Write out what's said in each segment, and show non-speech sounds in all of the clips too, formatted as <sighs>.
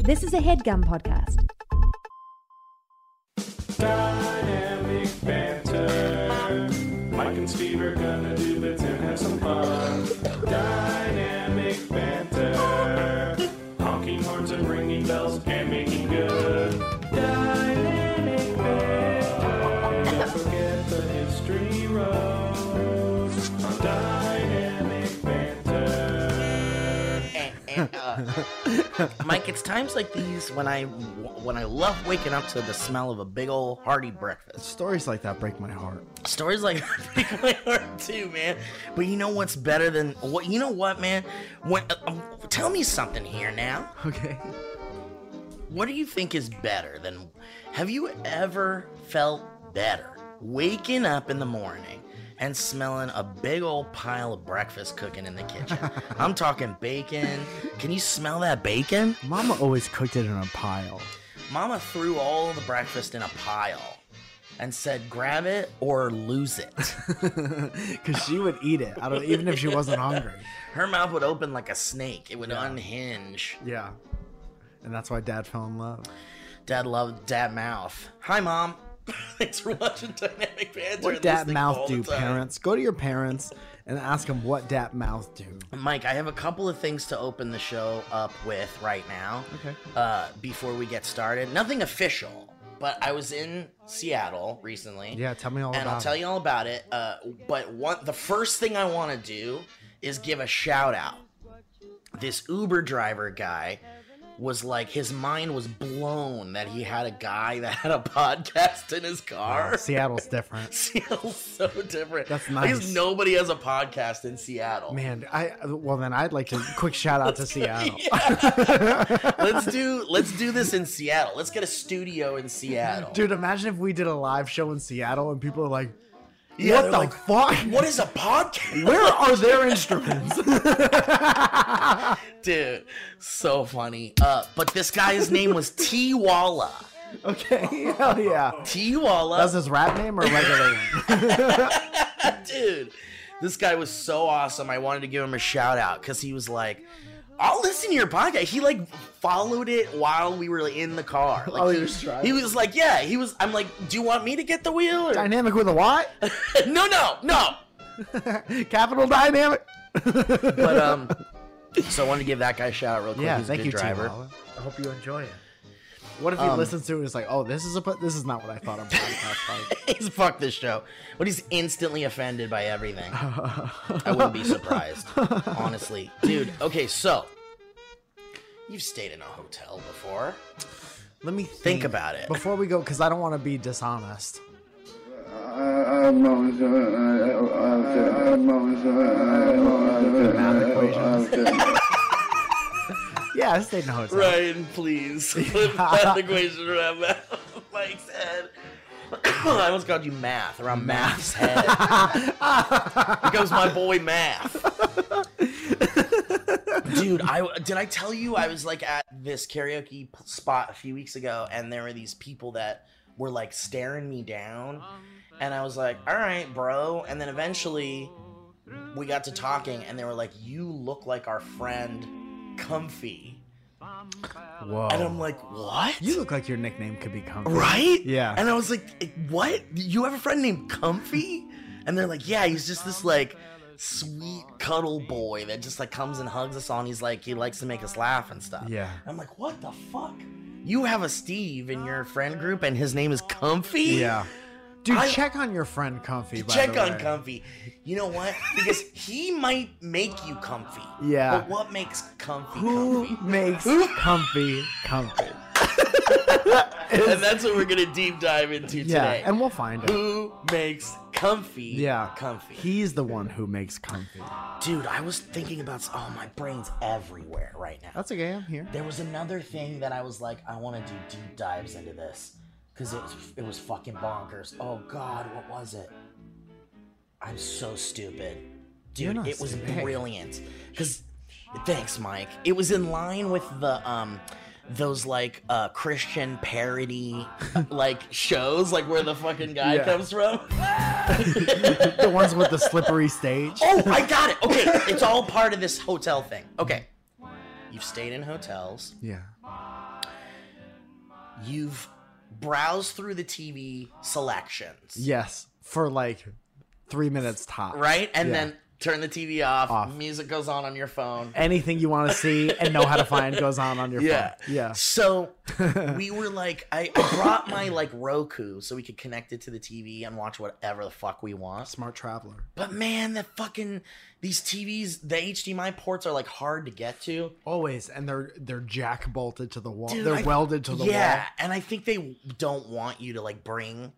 This is a headgum podcast. Dynamic banter. Mike and Steve are gonna do bits and have some fun. Dynamic banter. Honking horns and ringing bells and making good. Dynamic banter. Don't forget the history rows on dynamic banter. uh, Mike, it's times like these when I when I love waking up to the smell of a big old hearty breakfast. Stories like that break my heart. Stories like that <laughs> break my heart too, man. But you know what's better than what? You know what, man? When uh, um, tell me something here now. Okay. <laughs> What do you think is better than? Have you ever felt better waking up in the morning? And smelling a big old pile of breakfast cooking in the kitchen. I'm talking bacon. Can you smell that bacon? Mama always cooked it in a <laughs> pile. Mama threw all the breakfast in a pile and said, grab it or lose <laughs> it. Because she would eat it, I don't, even if she wasn't hungry. Her mouth would open like a snake, it would unhinge. Yeah. And that's why dad fell in love. Dad loved dad mouth. Hi, mom. <laughs> Thanks for watching Dynamic Banter. What and dad listening all mouth the do, time. parents? Go to your parents and ask them what dad mouth do. Mike, I have a couple of things to open the show up with right now. Okay. Uh, before we get started, nothing official, but I was in Seattle recently. Yeah, tell me all and about I'll tell it. you all about it. Uh, but one, the first thing I want to do is give a shout out. This Uber driver guy was like, his mind was blown that he had a guy that had a podcast in his car. <laughs> Seattle's different. Seattle's so different. That's Like, nice. nobody has a podcast in Seattle. <laughs> Man, I well then I'd like to quick shout out to Seattle. let's do let's do this in Seattle. Let's get a studio in Seattle. Dude, imagine if we did a live show in Seattle and people are like, Yeah, "What they're the like, fuck? What is a podcast? Where are their <laughs> instruments?" Dude, so funny. Uh, but this guy's name <laughs> was T Walla. okay, hell yeah. T Walla. That's his rap name or regular name? dude this guy was so awesome i wanted to give him a shout out because he was like i'll listen to your podcast he like followed it while we were in the car like Oh, he was driving. he was like yeah he was i'm like do you want me to get the wheel or... Dynamic with a Y? <laughs> no no no <laughs> <laughs> Capital Dynamic? but <laughs> um so i wanted to give that guy a shout out real quick yeah, He's a thank good you, driver Um, T-Walla. I hope you enjoy it. What if he listens to it and is like, oh, this is a po- this is not what <laughs> I thought a podcast was. he's fucked this show but he's instantly offended by everything i wouldn't be surprised honestly dude okay so you've stayed in a hotel before Let me think, think about it Before we go, because I don't want to be dishonest. Yeah, I stayed in a hotel. Ryan, please <laughs> put that equation around Ma- Mike's head. <coughs> I almost called you math around math's head. Here goes my boy math. Dude, I did I tell you I was like at this karaoke p- spot a few weeks ago, and there were these people that were like staring me down, and I was like, "All right, bro." And then eventually, we got to talking, and they were like, "You look like our friend, Comfy." Whoa. And I'm like, what? Oh. you look like your nickname could be Comfy. right? Yeah. And I was like, "Eh, what? You have a friend named Comfy? And they're like, yeah, he's just this like sweet cuddle boy that just like comes and hugs us all. And he's like, he likes to make us laugh and stuff. Yeah. I'm like, what the fuck? You have a Steve in your friend group, and his name is Comfy. Yeah. Dude, I- check on your friend Comfy. By Check the on way. Comfy. You know what? Because he might make you comfy. Yeah. But what makes Comfy Who comfy? makes Comfy Comfy? and that's what we're gonna deep dive into Yeah, today. and we'll find it. Who makes comfy? Yeah, comfy. He's the one who makes comfy. Dude, I was thinking about. Oh, my brain's everywhere right now. That's okay. I'm here. there was another thing that I was like, I want to do deep dives into this because it was it was fucking bonkers. Oh God, what was it? I'm so stupid, You're dude. not It was stupid. Hey. brilliant. Because thanks, Mike. It was in line with the um those like uh Christian <laughs> parody like shows, like where the fucking guy Yeah. comes from. the ones with the slippery stage. Oh, I got it. Okay, it's all part of this hotel thing. Okay. You've stayed in hotels. <laughs> Yeah. you've browsed through the TV selections, Yes, for like three minutes top. right? And Yeah. then turn the TV off, Off. music goes on on your phone. Anything you want to see and know how to find goes on on your Yeah. phone. Yeah. <laughs> So we were like, I, I brought my like Roku so we could connect it to the TV and watch whatever the fuck we want. Smart traveler. But man, the fucking these TVs, the HDMI ports are like hard to get to. Always, and they're they're jack bolted to the wall. Dude, they're I- welded to the yeah, wall. and I think they don't want you to like bring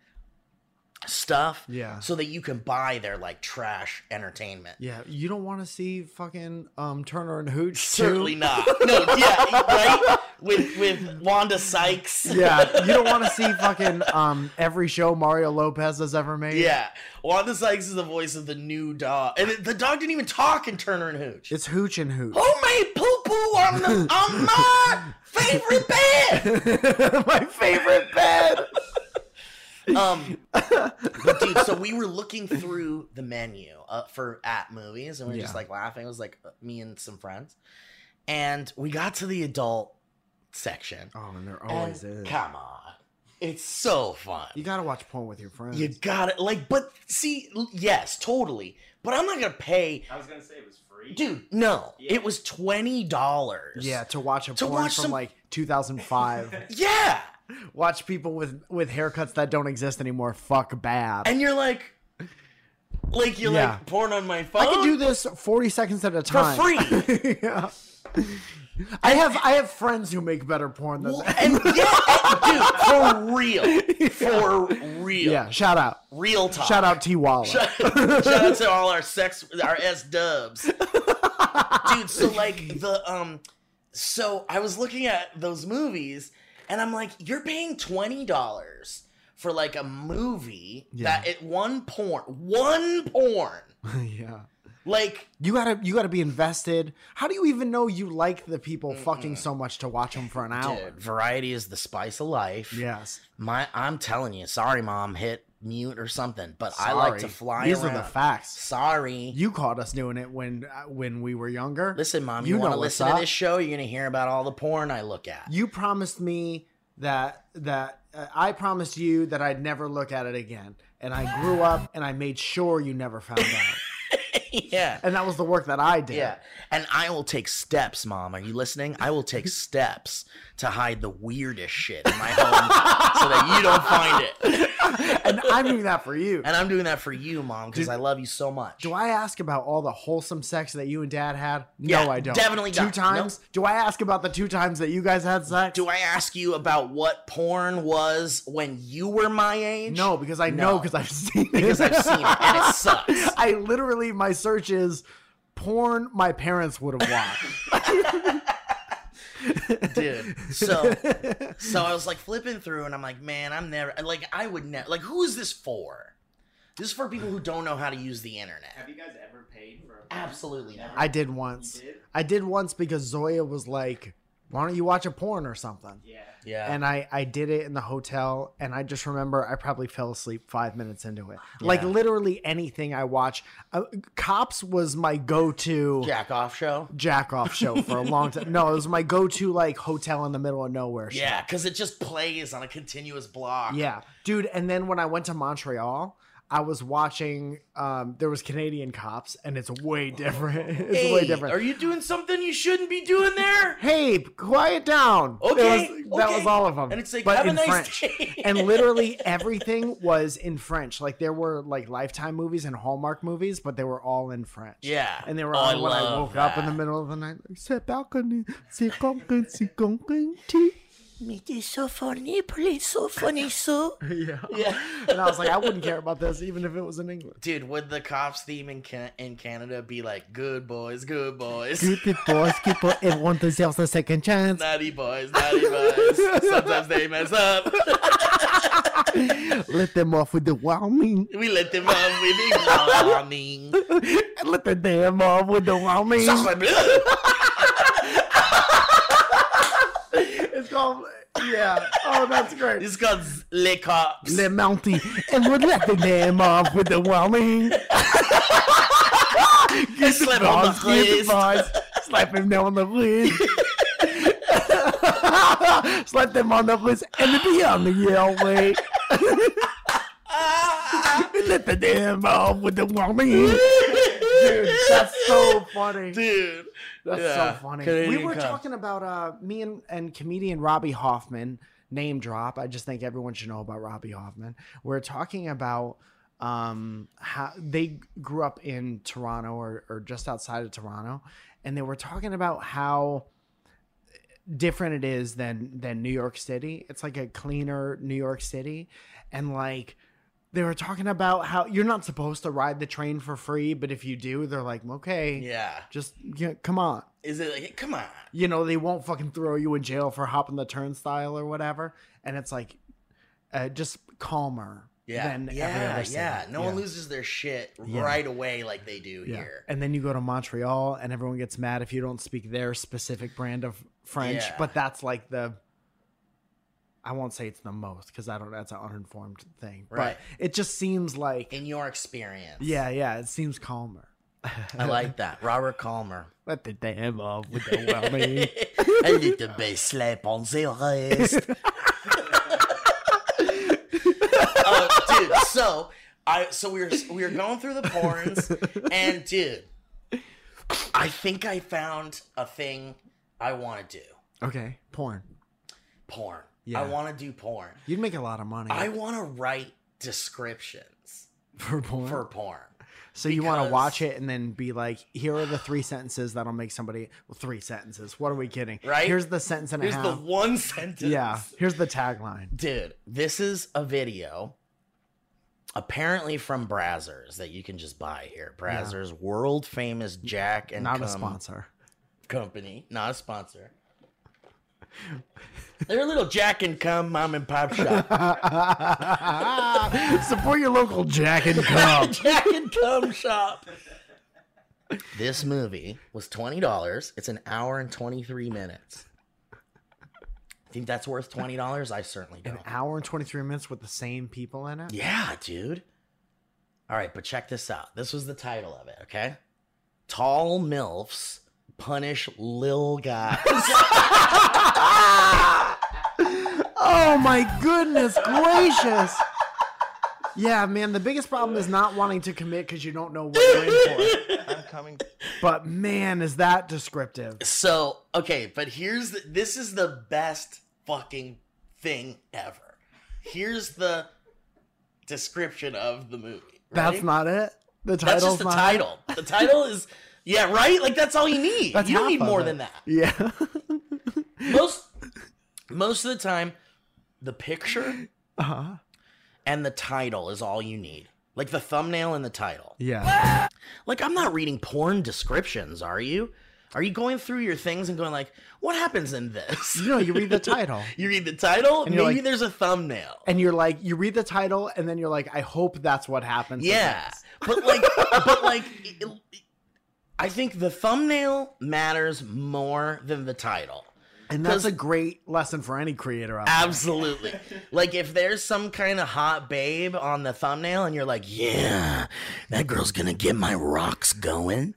stuff Yeah. so that you can buy their like trash entertainment. Yeah, you don't want to see fucking um Turner and Hooch. Certainly too. not. No, yeah, right? With with Wanda Sykes. <laughs> Yeah, you don't want to see fucking um every show Mario Lopez has ever made. Yeah. Wanda Sykes is the voice of the new dog. And it- the dog didn't even talk in Turner and Hooch. it's Hooch and Hooch. Who made poo poo on, the, on my <laughs> favorite <laughs> bed? My favorite bed. <laughs> <laughs> Um, but dude, so we were looking through the menu uh, for at movies and we were just Yeah. like laughing. It was like uh, me and some friends. And we got to the adult section. Oh, and there always And is. Come on. It's so fun. You gotta watch porn with your friends. You got it. Like, but see, l- yes, totally. But I'm not gonna pay, I was gonna say it was free. dude. No, Yeah. it was twenty dollars. yeah, to watch a To porn watch from some- like 2005. <laughs> yeah. watch people with with haircuts that don't exist anymore. Fuck bad. And you're like, like you're Yeah. like porn on my phone. I can do this 40 seconds at a for time. free. <laughs> yeah. I have I have friends who make better porn than Well, that. and yeah, dude, for <laughs> real, for real, Yeah, shout out. real time. Shout out T Walla. Shout, <laughs> shout out to all our sex, our S dubs, dude. So like the um, so I was looking at those movies, and I'm like, you're paying twenty dollars for like a movie that it one porn, one porn, <laughs> yeah. like You gotta you gotta be invested. How do you even know you like the people fucking so much to watch them for an hour? dude. Variety is the spice of life. Yes. My, I'm telling you, sorry, mom, hit mute or something. But I like to Sorry. fly These around. are the facts. sorry. You caught us doing it when uh, when we were younger. Listen, mom, you, You want to know what's listen to up. this show? You're gonna hear about all the porn I look at. You promised me that that uh, I promised you that I'd never look at it again, and I grew up and I made sure you never found <laughs> out. <laughs> <laughs> yeah. And that was the work that I did. Yeah. And I will take steps, mom. Are you listening? I will <laughs> take steps to hide the weirdest shit in my home so that you don't find it. <laughs> and I'm doing that for you. And I'm doing that for you, mom, because Do- I love you so much. Do I ask about all the wholesome sex that you and dad had? No, Yeah, I don't. definitely Two not. times? Do I ask about the two times that you guys had sex? Do I ask you about what porn was when you were my age? No, because I No. know because I've seen it. Because I've seen it and <laughs> it sucks. I literally, my search is porn my parents would have watched. dude. <laughs> So, so I was like flipping through, and I'm like, man, I'm never like I would never like who is this for? This is for people who don't know how to use the internet. Have you guys ever paid for? A Absolutely not. I did once. You did? I did once because Zoya was like, why don't you watch a porn or something? Yeah. Yeah, And I, I did it in the hotel, and I just remember I probably fell asleep five minutes into it. Like Yeah. literally anything I watch, uh, Cops was my go to jack off show. jack off show for a long time. No, it was my go to like hotel in the middle of nowhere. show. Yeah, because it just plays on a continuous block. Yeah, dude. And then when I went to Montreal, I was watching. Um, there was Canadian Cops, and it's way different. <laughs> it's Hey, way different. Are you doing something you shouldn't be doing there? hey, quiet down. It Okay, was- that okay. was all of them. And it's like, but have a in nice French. day. <laughs> and literally everything was in French. Like there were like Lifetime movies and Hallmark movies, but they were all in French. Yeah. And they were Oh, on when I love woke up in the that. middle of the night. Like, "C'est balcony, c'est conquin, c'est conquin, tea." Mais t'es so funny, please, so funny, so. <laughs> Yeah. Yeah. And I was like, I wouldn't care about this even if it was in England. Dude, would the cops theme in Can- in Canada be like "Good boys, good boys"? Stupid boys, people, everyone deserves a second <laughs> chance. Naughty boys, naughty boys. Sometimes they mess up. Let them off with the warming. we let them off with a <laughs> warning. Let the damn off with the warming. Sacre <laughs> bleu. It's called, yeah. Oh, that's great. It's called z- Les <laughs> Cops. Le Mountie. And would let the damn off with the warming. They slap on the Give wrist. the boys. <laughs> Slap him down on the wrist. Slap put them on the list and to be on the Yale way. Ah! Let the damn ball with the woman. Dude, that's so funny. Dude. That's Yeah, so funny. Canadian we were cops. talking about uh, me and, and comedian Robbie Hoffman name drop. I just think everyone should know about Robbie Hoffman. We're talking about um, how they grew up in Toronto or, or just outside of Toronto, and they were talking about how different it is than than New York City. It's like a cleaner New York City, and like they were talking about how you're not supposed to ride the train for free, but if you do, they're like, okay, Yeah. just you know, come on Is it like, come on. you know they won't fucking throw you in jail for hopping the turnstile or whatever and it's like uh, just calmer Yeah. than every yeah. other city. Yeah. No one Yeah. loses their shit Yeah. right away like they do yeah. here. and then you go to montreal and everyone gets mad if you don't speak their specific brand of french Yeah. but that's like the i won't say it's the most because i don't that's an uninformed thing Right. but it just seems like In your experience. yeah yeah it seems calmer I like that. Robert Calmer. let the damn off with <laughs> the whammy. I need to be sleep on the rest. <laughs> Oh, dude, so I so we were we were going through the porns, and dude, I think I found a thing I want to do. okay porn Porn. Yeah. I want to do porn. you'd make a lot of money I want to write descriptions <laughs> for porn for porn. So you want to because- watch it and then be like, here are the three sentences that'll make somebody well, three sentences. What are we kidding? Right? Here's the sentence and Here's a the half. one sentence. Uh-huh. yeah. Here's the tagline. Dude, this is a video apparently from Brazzers that you can just buy here. Brazzers, world famous Jack and Not a Cum sponsor. <laughs> company, not a sponsor. They're a little Jack and Cum mom and pop shop. <laughs> <laughs> Support your local Jack and <laughs> Cub. Jack and Cum shop. This movie was twenty dollars. It's an hour and twenty three minutes. Think that's worth twenty dollars? I certainly An don't. hour and 23 minutes with the same people in it. Yeah, dude. All right, but check this out. This was the title of it, okay? Tall MILFs punish lil guys. <laughs> Ah! Oh my goodness gracious. Yeah, man, the biggest problem is not wanting to commit because you don't know what you're in <laughs> for. I'm coming. But man, is that descriptive. So, okay, but here's the, this is the best fucking thing ever. Here's the description of the movie. That's Ready? not it. The title's That's just the not it? title. The title is yeah, right? Like that's all you need. That's you don't half need of more it. than that. Yeah. <laughs> Most most of the time the picture Uh-huh. and the title is all you need. Like the thumbnail and the title. Yeah. Like I'm not reading porn descriptions, are you? Are you going through your things and going like, what happens in this? You know, you read the title <laughs> You read the title, And maybe you're like- there's a thumbnail. and you're like, you read the title and then you're like, I hope that's what happens. Yeah, but <laughs> like, but like, it- it- I think the thumbnail matters more than the title. And that's 'Cause- a great lesson for any creator out there. Absolutely. Like, if there's some kind of hot babe on the thumbnail, and you're like, "Yeah, that girl's gonna get my rocks going,"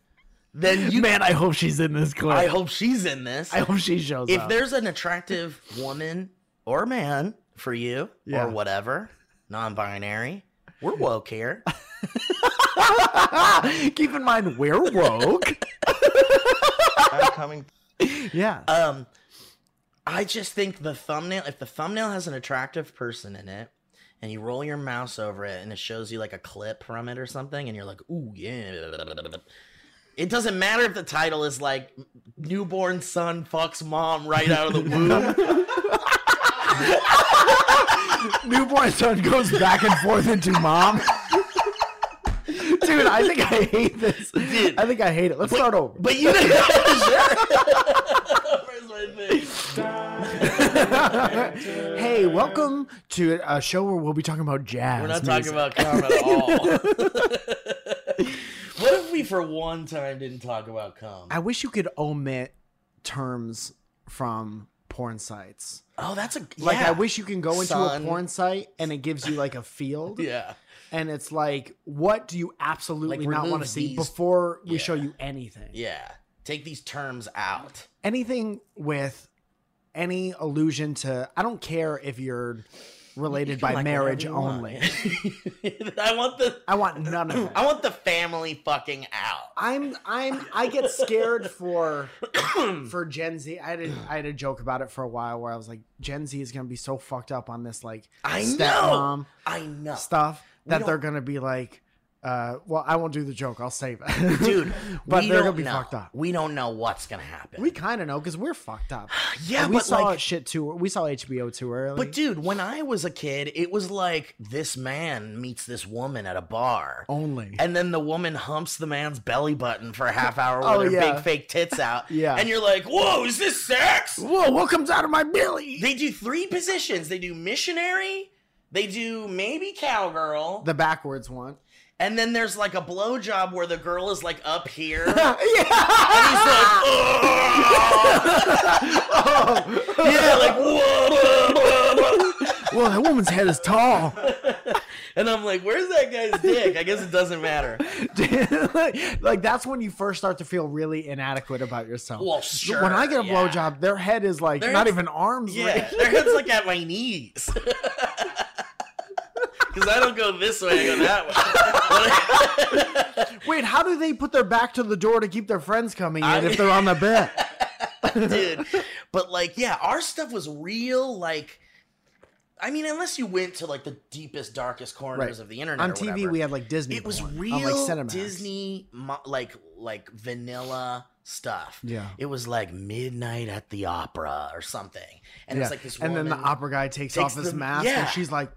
then Uh, you, Man, I hope she's in this clip. I hope she's in this. I hope she shows if up. there's an attractive woman or man for you Yeah. or whatever, non-binary, we're woke <laughs> here. Keep in mind, we're woke. <laughs> I'm coming. yeah. Um, I just think the thumbnail. If the thumbnail has an attractive person in it, and you roll your mouse over it, and it shows you like a clip from it or something, and you're like, "Ooh, yeah." It doesn't matter if the title is like "Newborn Son Fucks Mom Right Out <laughs> of the Womb." <laughs> Newborn son goes back and forth into mom. <laughs> Dude, I think I hate this. Dude. I think I hate it. Let's start over. but you. Where's my thing? <laughs> hey, welcome to a show where we'll be talking about jazz. We're not music. talking about cum at <laughs> all. <laughs> what if we, for one time, didn't talk about cum? I wish you could omit terms from porn sites. Oh, that's a Like, yeah. I wish you can go into Son. a porn site and it gives you like a field, Yeah. and it's like, what do you absolutely Like, not remove want to see these- before we Yeah. show you anything? Yeah. Take these terms out. Anything with any allusion to. I don't care if you're related You can by <laughs> like whatever marriage you want. only. <laughs> I want the I want <laughs> none of it. I want the family fucking out. I'm I'm I get scared for <coughs> for Gen Z. I had a, I had a joke about it for a while where I was like, Gen Z is gonna be so fucked up on this like I know. stepmom I know. stuff We that don't- they're gonna be like, uh, well, I won't do the joke. I'll save it, <laughs> Dude, but we they're don't gonna be know. fucked up. We don't know what's gonna happen. We kind of know because we're fucked up. yeah, we but saw like, shit too. We saw HBO too early. but dude, when I was a kid, it was like this man meets this woman at a Oh, bar. only. And then the woman humps the man's belly button for a half hour with <laughs> Oh, her yeah. big fake tits out. <laughs> Yeah. And you're like, whoa, is this sex? Whoa! What comes out of my belly? They do three positions. They do missionary, they do maybe cowgirl, the <laughs> backwards one. and then there's like a blowjob where the girl is like up here. and he's <laughs> yeah. like, "Ugh." <laughs> yeah, like whoa. well, that woman's head is tall. and I'm like, where's that guy's dick? I guess it doesn't <laughs> matter. like, like, that's when you first start to feel really inadequate about yourself. Well, sure. when I get a yeah. blowjob, their head is like Their not head's- even arms. Yeah, length. their head's like <laughs> at my knees. <laughs> Because I don't go this way, I go <laughs> that way. Wait, how do they put their back to the door to keep their friends coming in I- if they're on the bed? Dude. But like, yeah, our stuff was real, like. I mean, unless you went to like the deepest, darkest corners Right. of the internet on <laughs> or TV, whatever, we had like Disney. it was porn, real on, like Cinemax. Disney, mo- like like vanilla stuff. Yeah. It was like midnight at the opera or something, and yeah. it's like this. and then the woman- opera guy takes, takes off his the- mask yeah. and she's like,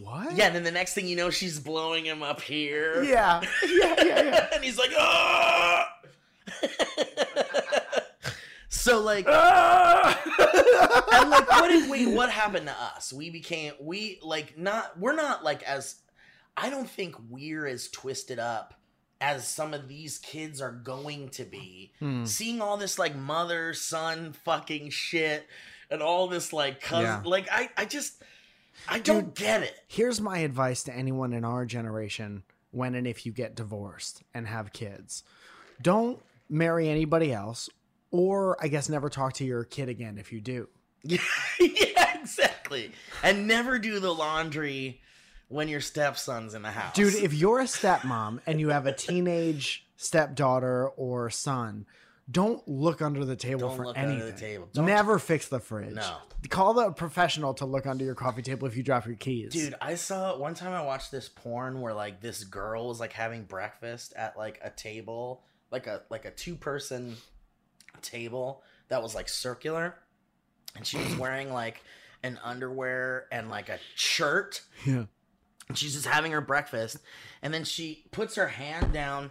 what? Yeah, and then the next thing you know, she's blowing him up here. Yeah. Yeah. Yeah. yeah. <laughs> and he's like, ah. so like, Ah! and like, what did we? What happened to us? We became we like not. We're not like as. I don't think we're as twisted up as some of these kids are going to be. Hmm. Seeing all this like mother son fucking shit and all this like cousin Yeah. like I I just I don't get it. Here's my advice to anyone in our generation when and if you get divorced and have kids. Don't marry anybody else, or I guess never talk to your kid again if you do. Yeah, <laughs> yeah, exactly. And never do the laundry when your stepson's in the house. Dude, if you're a stepmom and you have a teenage stepdaughter or son, don't look under the table Don't for look under anything. the table. Don't- Never fix the fridge. No. Call the professional to look under your coffee table if you drop your keys. Dude, I saw one time I watched this porn where like this girl was like having breakfast at like a table, like a like a two person table that was like circular, and she was wearing like an underwear and like a shirt. Yeah. And she's just having her breakfast, and then she puts her hand down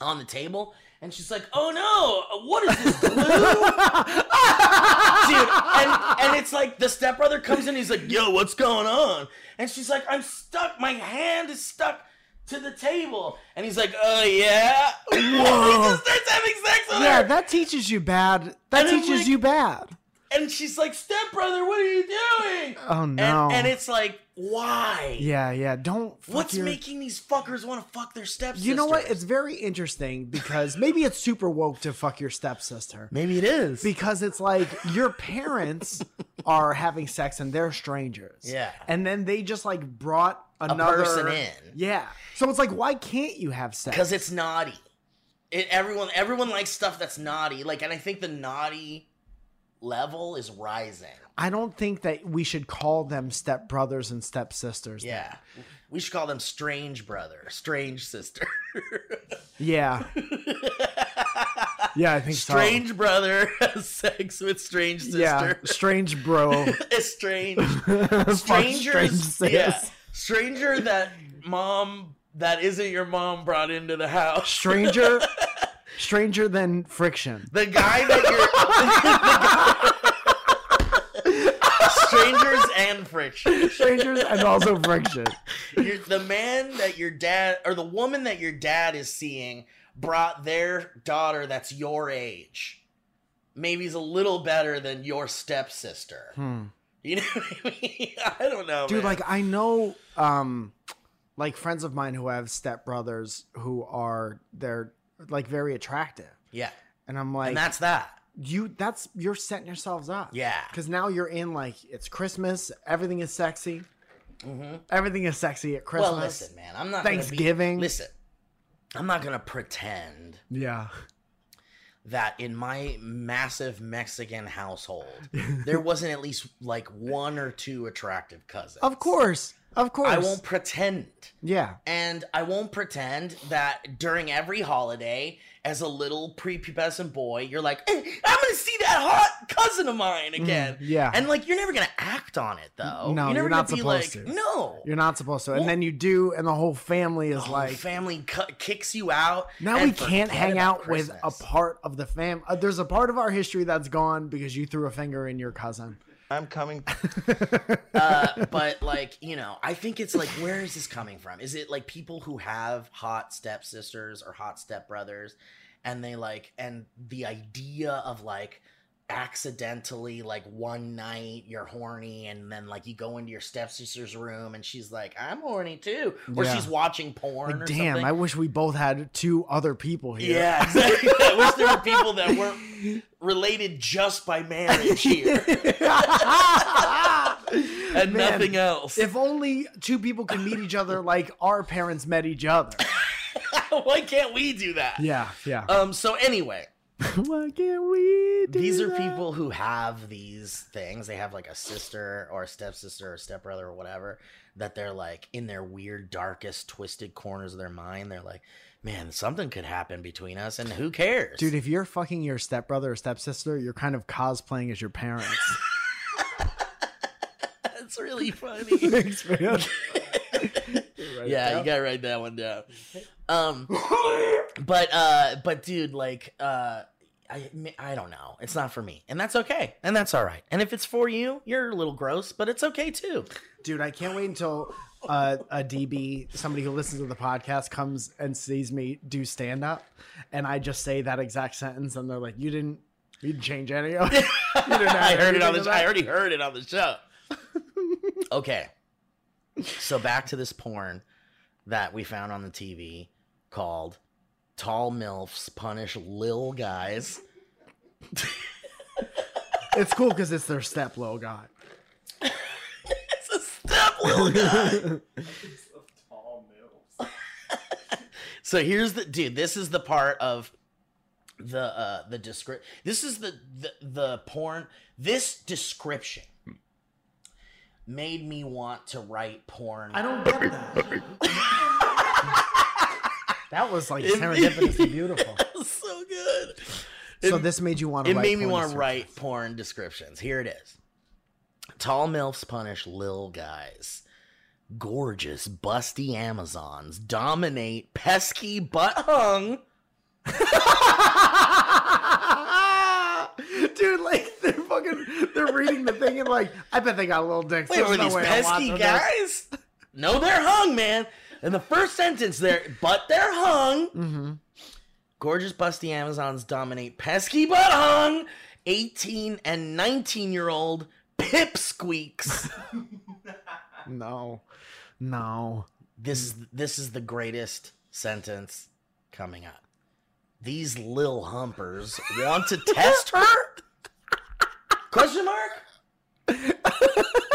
on the table, and she's like, "Oh no, what is this <laughs> glue?" dude. And, and it's like the stepbrother comes in, he's like, yo, what's going on? And she's like, I'm stuck. My hand is stuck to the table. And he's like, oh, yeah. <laughs> he just starts having sex with yeah, her. that teaches you bad. That And I'm teaches like- you bad. and she's like, stepbrother, what are you doing? Oh no. And, and it's like, why? yeah, yeah. Don't. Fuck What's your- making these fuckers want to fuck their stepsisters? You know what? It's very interesting because maybe it's super woke to fuck your stepsister. Maybe it is. Because it's like <laughs> your parents are having sex and they're strangers. Yeah. And then they just like brought a another person in. Yeah. So it's like, why can't you have sex? because it's naughty. It, everyone everyone likes stuff that's naughty. Like, and I think the naughty level is rising. I don't think that we should call them stepbrothers and stepsisters. Yeah, we should call them strange brother, strange sister, <laughs> Yeah. Yeah, I think so. strange brother has sex with strange sister, Yeah. <laughs> Strange bro. strange <laughs> Fuck strange strangers, sis. yeah, stranger that mom that isn't your mom brought into the house. stranger stranger than friction The guy that <laughs> you're. Strangers and friction. strangers <laughs> and also friction You're, the man that your dad, or the woman that your dad is seeing, brought their daughter that's your age. Maybe is a little better than your stepsister. hmm. You know what I mean? <laughs> I don't know. dude man. like i know um like friends of mine who have stepbrothers who are they're like very attractive yeah. and i'm like and that's that. you that's you're setting yourselves up. Yeah. Cause now you're in like it's Christmas, everything is sexy. Everything is sexy at Christmas. Mm-hmm. Well, listen, man, I'm not gonna be- Thanksgiving. listen, I'm not gonna pretend Yeah. that in my massive Mexican <laughs> household there wasn't at least like one or two attractive cousins. Of course. Of course. I won't pretend. Yeah. And I won't pretend that during every holiday, as a little prepubescent boy, you're like, "Eh, I'm gonna see that hot cousin of mine again. Mm, yeah. And like, you're never gonna act on it though. No, you're, never you're not gonna be supposed like, to. No, You're not supposed to. Well- Oh, and then you do, and the whole family is Whole like family cu- kicks you out. now and we forget can't hang about out with a Christmas. part of the fam. Uh, there's a part of our history that's gone because you threw a finger in your cousin. I'm coming. uh, but like you know, I think it's like, where is this coming from? Is it like people who have hot stepsisters or hot stepbrothers, and they like, and the idea of like accidentally like one night you're horny and then like you go into your stepsister's room and she's like i'm horny too or Yeah. she's watching porn Like, or damn, something I wish we both had two other people here. Yeah, exactly. I wish there were people that <laughs> weren't related just by marriage here <laughs> and Man, nothing else. If only two people could meet each other like our parents met each other. Uh, Why can't we do that? <laughs> Yeah, yeah. Um. So anyway, Why can't we do these are that? people who have these things. They have like a sister or a stepsister or stepbrother or whatever that they're like in their weird, darkest, twisted corners of their mind. They're like, man, something could happen between us, and who cares, Dude, if you're fucking your stepbrother or stepsister, you're kind of cosplaying as your <laughs> parents. <laughs> That's <laughs> really funny. Thanks, man. <laughs> yeah, you gotta write that one down. <laughs> Um, but uh, but dude, like uh, I I don't know. It's not for me, and that's okay, and that's all right. And if it's for you, you're a little gross, but it's okay too. Dude, I can't wait until uh, a DB, somebody who listens to the podcast, comes and sees me do stand up, and I just say that exact sentence, and they're like, "You didn't, you didn't change any <laughs> of it." I heard it on the. anything I about- already heard it on the <laughs> show. okay, so back to this porn that we found on the TV called "Tall Milfs Punish Lil Guys." It's cool because it's their step low guy. It's a step <laughs> lil guy. Tall mills. So here's the dude. This is the part of the uh the description. This is the, the the porn. This description made me want to write porn. I don't get that. that was like serendipitously <laughs> beautiful. so good. So It- this made you want to. It made me want to to write porn descriptions. Here it is. Tall MILFs punish lil guys. Gorgeous, busty Amazons dominate pesky butt hung. <laughs> Dude, like they're fucking, they're reading the thing and like, I bet they got little dicks. Wait, There's were no these way I'm pesky watching this. guys? No, they're hung, man. In the first sentence there, but they're hung. Mm-hmm. Gorgeous, busty Amazons dominate pesky but hung. 18 and 19 year old pipsqueaks. No, no. this is this is the greatest sentence coming up. These lil humpers want to test <laughs> her? Question mark?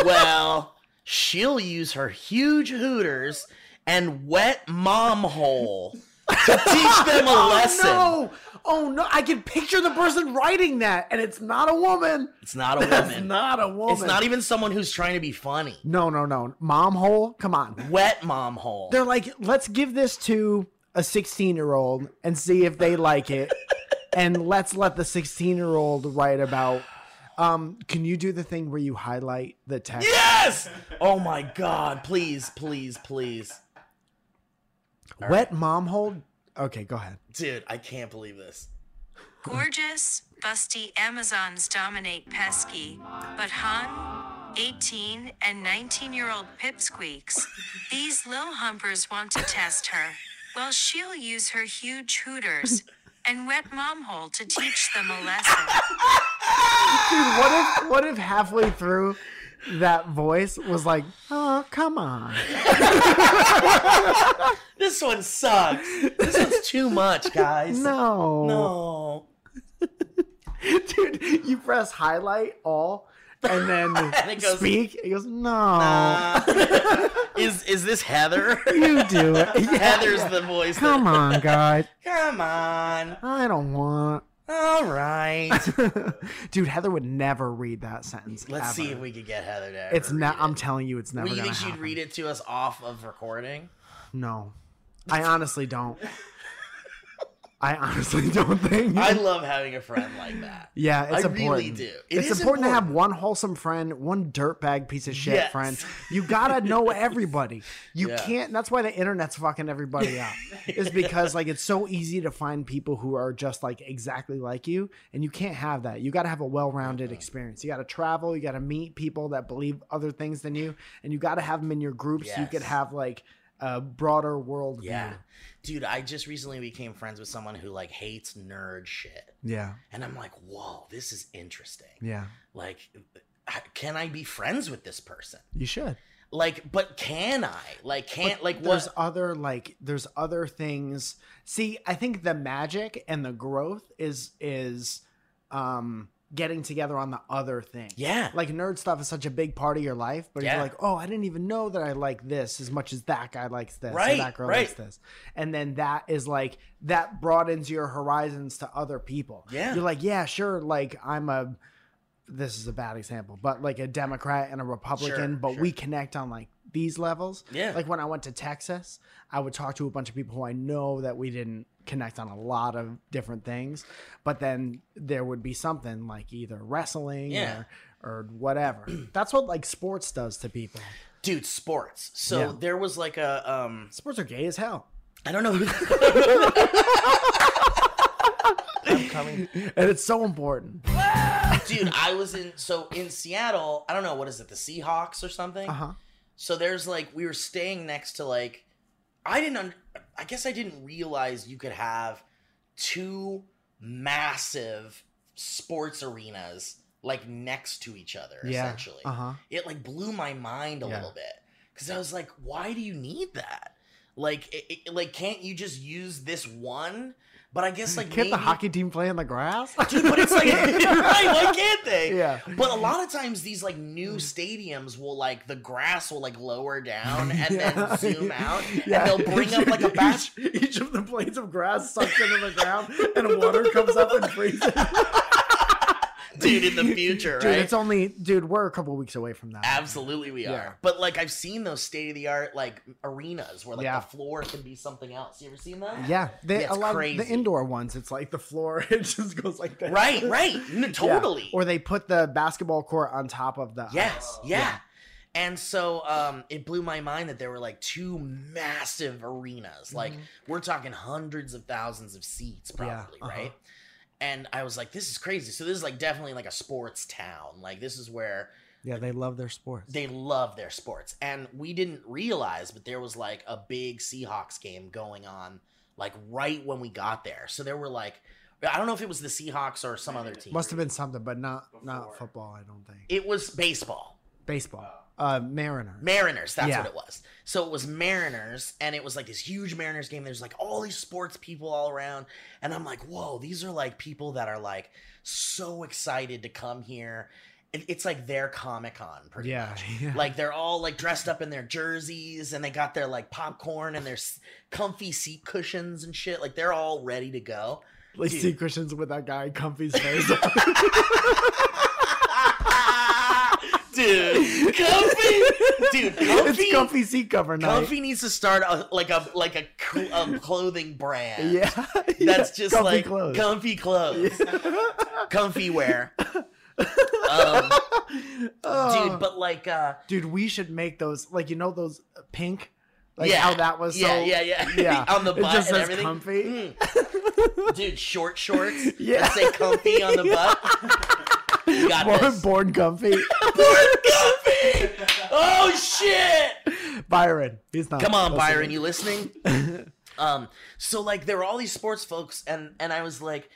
well, she'll use her huge hooters and wet mom hole to teach them a lesson. <laughs> Oh no! Oh no! I can picture the person writing that, and it's not a woman. It's not a That's woman. not a woman. It's not e- even someone who's trying to be funny. No, no, no. Mom hole. Come on. Wet mom hole. They're like, let's give this to a 16 year old and see if they like it, and let's let the 16 year old write about. Um, can you do the thing where you highlight the text? yes! Oh my god, please, please, please. Wet mom hole. Okay, go ahead. Dude, I can't believe this. Gorgeous, busty Amazons dominate pesky, but hung, 18 and 19 year old pipsqueaks. These lil humpers want to test her. Well, she'll use her huge hooters and wet momhole to teach them a lesson. Dude, what if what if halfway through that voice was like, oh <laughs> come on. This one <laughs> sucks. This one's too much, guys. No. No. <laughs> Dude, you press highlight all and <laughs> then And it goes- speak. It goes, no. Nah. Uh, <laughs> is is this Heather? you <laughs> do it. <laughs> Yeah, Heather's yeah. the voice. that- Come on, guys. Come on. I don't want. <laughs> All right. Dude, Heather would never read that sentence. Let's see ever. if we could get Heather to. It's ever not. read it. I'm telling you, it's never. Well, you gonna think she'd happen. read it to us off of <laughs> recording? No, I <laughs> honestly don't. I honestly don't think. I love having a friend like that. yeah, it's I important. really do. It it's is important, to have one wholesome friend, one dirtbag piece of shit Yes. friend. You gotta <laughs> know everybody. You Yeah. can't. That's why the internet's fucking <laughs> everybody out. is because like it's so easy to find people who are just like exactly like you, and you can't have that. You gotta have a well-rounded experience. You gotta travel. You gotta meet people that believe other things than you, and you gotta have them in your groups. so you could Yes. have like a broader world Yeah. view. Dude, I just recently became friends with someone who like hates nerd shit. Yeah. And I'm like, whoa, this is interesting. Yeah. Like, h- can I be friends with this person? You should. Like, but can I? Like, can't, like, there's what? other like there's other things see i think the magic and the growth is is um getting together on the other thing Yeah. like nerd stuff is such a big part of your life but Yeah. you're like oh i didn't even know that i like this as much as that guy likes this or Right, that girl right. likes this and then that is like that broadens your horizons to other people Yeah. you're like yeah sure like i'm a this is a bad example but like a democrat and a republican but sure. we connect on like these levels yeah. like when I went to Texas, I would talk to a bunch of people who I know that we didn't connect on a lot of different things, but then there would be something like either wrestling Yeah. or, or whatever. <clears throat> That's what like sports does to people. dude, sports. So Yeah. there was like a, um, Sports are gay <laughs> as hell. I don't know who. <laughs> I'm coming. And it's so important. dude i was in so in seattle i don't know what is it the seahawks or something Uh-huh. so there's like we were staying next to like i didn't un- i guess i didn't realize you could have two massive sports arenas like next to each other Yeah. essentially Uh-huh. it like blew my mind a Yeah. little bit because i was like why do you need that like it, it- like can't you just use this one but i guess like Can't maybe- the hockey team play in the grass? <laughs> dude but it's <laughs> like right why can't they yeah. Mm. but a lot of times these like new stadiums will like the grass will like lower <laughs> down and Yeah. then zoom out and Yeah. they'll bring up like a <laughs> bat. each, each of the blades of grass sucks into the ground <laughs> and water comes up and freezes. dude in the future, Dude, right? it's only dude, we're a couple weeks away from that. Absolutely we are. Yeah. But like I've seen those state of the art like arenas where like Yeah. the floor can be something else. You ever seen that? Yeah, they, Yeah, a it's lot of crazy. the indoor ones, it's like the floor <laughs> it just goes like that. <laughs> Right, right. No, Yeah. totally. Or they put the basketball court on top of the <laughs> Yes, yeah. Yeah. And so um, it blew my mind that there were like two massive arenas. Like Mm-hmm. we're talking hundreds of thousands of seats, probably, uh-huh. right? And I was like, this is crazy. So this is like definitely like a sports town. Like this is where Yeah, they love their sports. they love their sports. And we didn't realize, but there was like a big Seahawks game going on like right when we got there. So there were like I don't know if it was the Seahawks or <laughs> some other team. Must have been something, but not not Before. football. I don't think it was baseball. baseball. Oh. Uh, Mariner. Mariners, that's Yeah. what it was. So it was Mariners, and it was like this huge Mariners game. There's like all these sports people all around. And I'm like, whoa, these are like people that are like so excited to come here. It- It's like their Comic Con, pretty yeah, <laughs> much. yeah. Like they're all like dressed up in their jerseys and they got their like popcorn and their s- comfy seat cushions and shit. Like they're all ready to <laughs> go. like dude. see Christians with that guy <laughs> in comfy's face. <laughs> dude, comfy, dude, comfy, it's comfy seat cover night. Comfy needs to start a, like a like a, cl- a clothing brand. <laughs> Yeah, <laughs> That's Yeah. just comfy like clothes. comfy clothes, <laughs> comfy wear. <laughs> um, Oh. Dude, but like, uh, dude, we should make those like you know those uh, pink, like Yeah. how that was. yeah, so, yeah, yeah, <laughs> yeah. <laughs> on the It butt just and says everything. comfy. <laughs> Mm. Dude, short shorts. Yeah. that say comfy on the butt. <laughs> You got Born, this. born comfy. <laughs> comfy. Oh shit. Byron, he's not. Come on, listening. Byron, you listening? um, so like there were all these sports folks, and and I was like,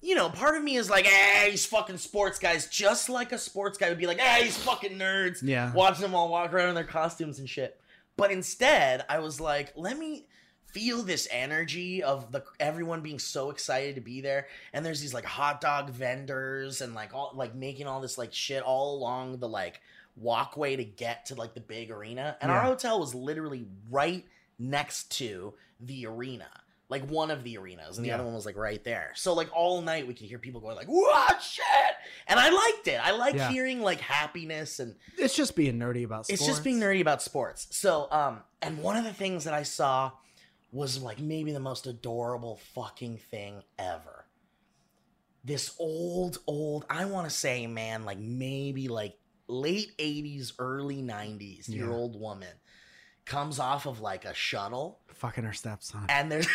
you know, part of me is like, ah, these fucking sports guys, just like a sports guy would be like, ah, these fucking nerds, Yeah. watching them all walk around in their costumes and shit. But instead, I was like, let me feel this energy of the everyone being so excited to be there and there's these like hot dog vendors and like all like making all this like shit all along the like walkway to get to like the big arena and our Yeah. hotel was literally right next to the arena like one of the arenas and the Yeah. other one was like right there so like all night we could hear people going like wow shit and i liked it i like Yeah. hearing like happiness and It's just being nerdy about sports. it's just being nerdy about sports. So, um, and one of the things that I saw was like maybe the most adorable fucking thing ever. This old, old, I want to say, man, like maybe like late 80s, early 90s year Yeah. old woman comes off of like a shuttle Fucking <laughs> her stepson. <laughs> and there's,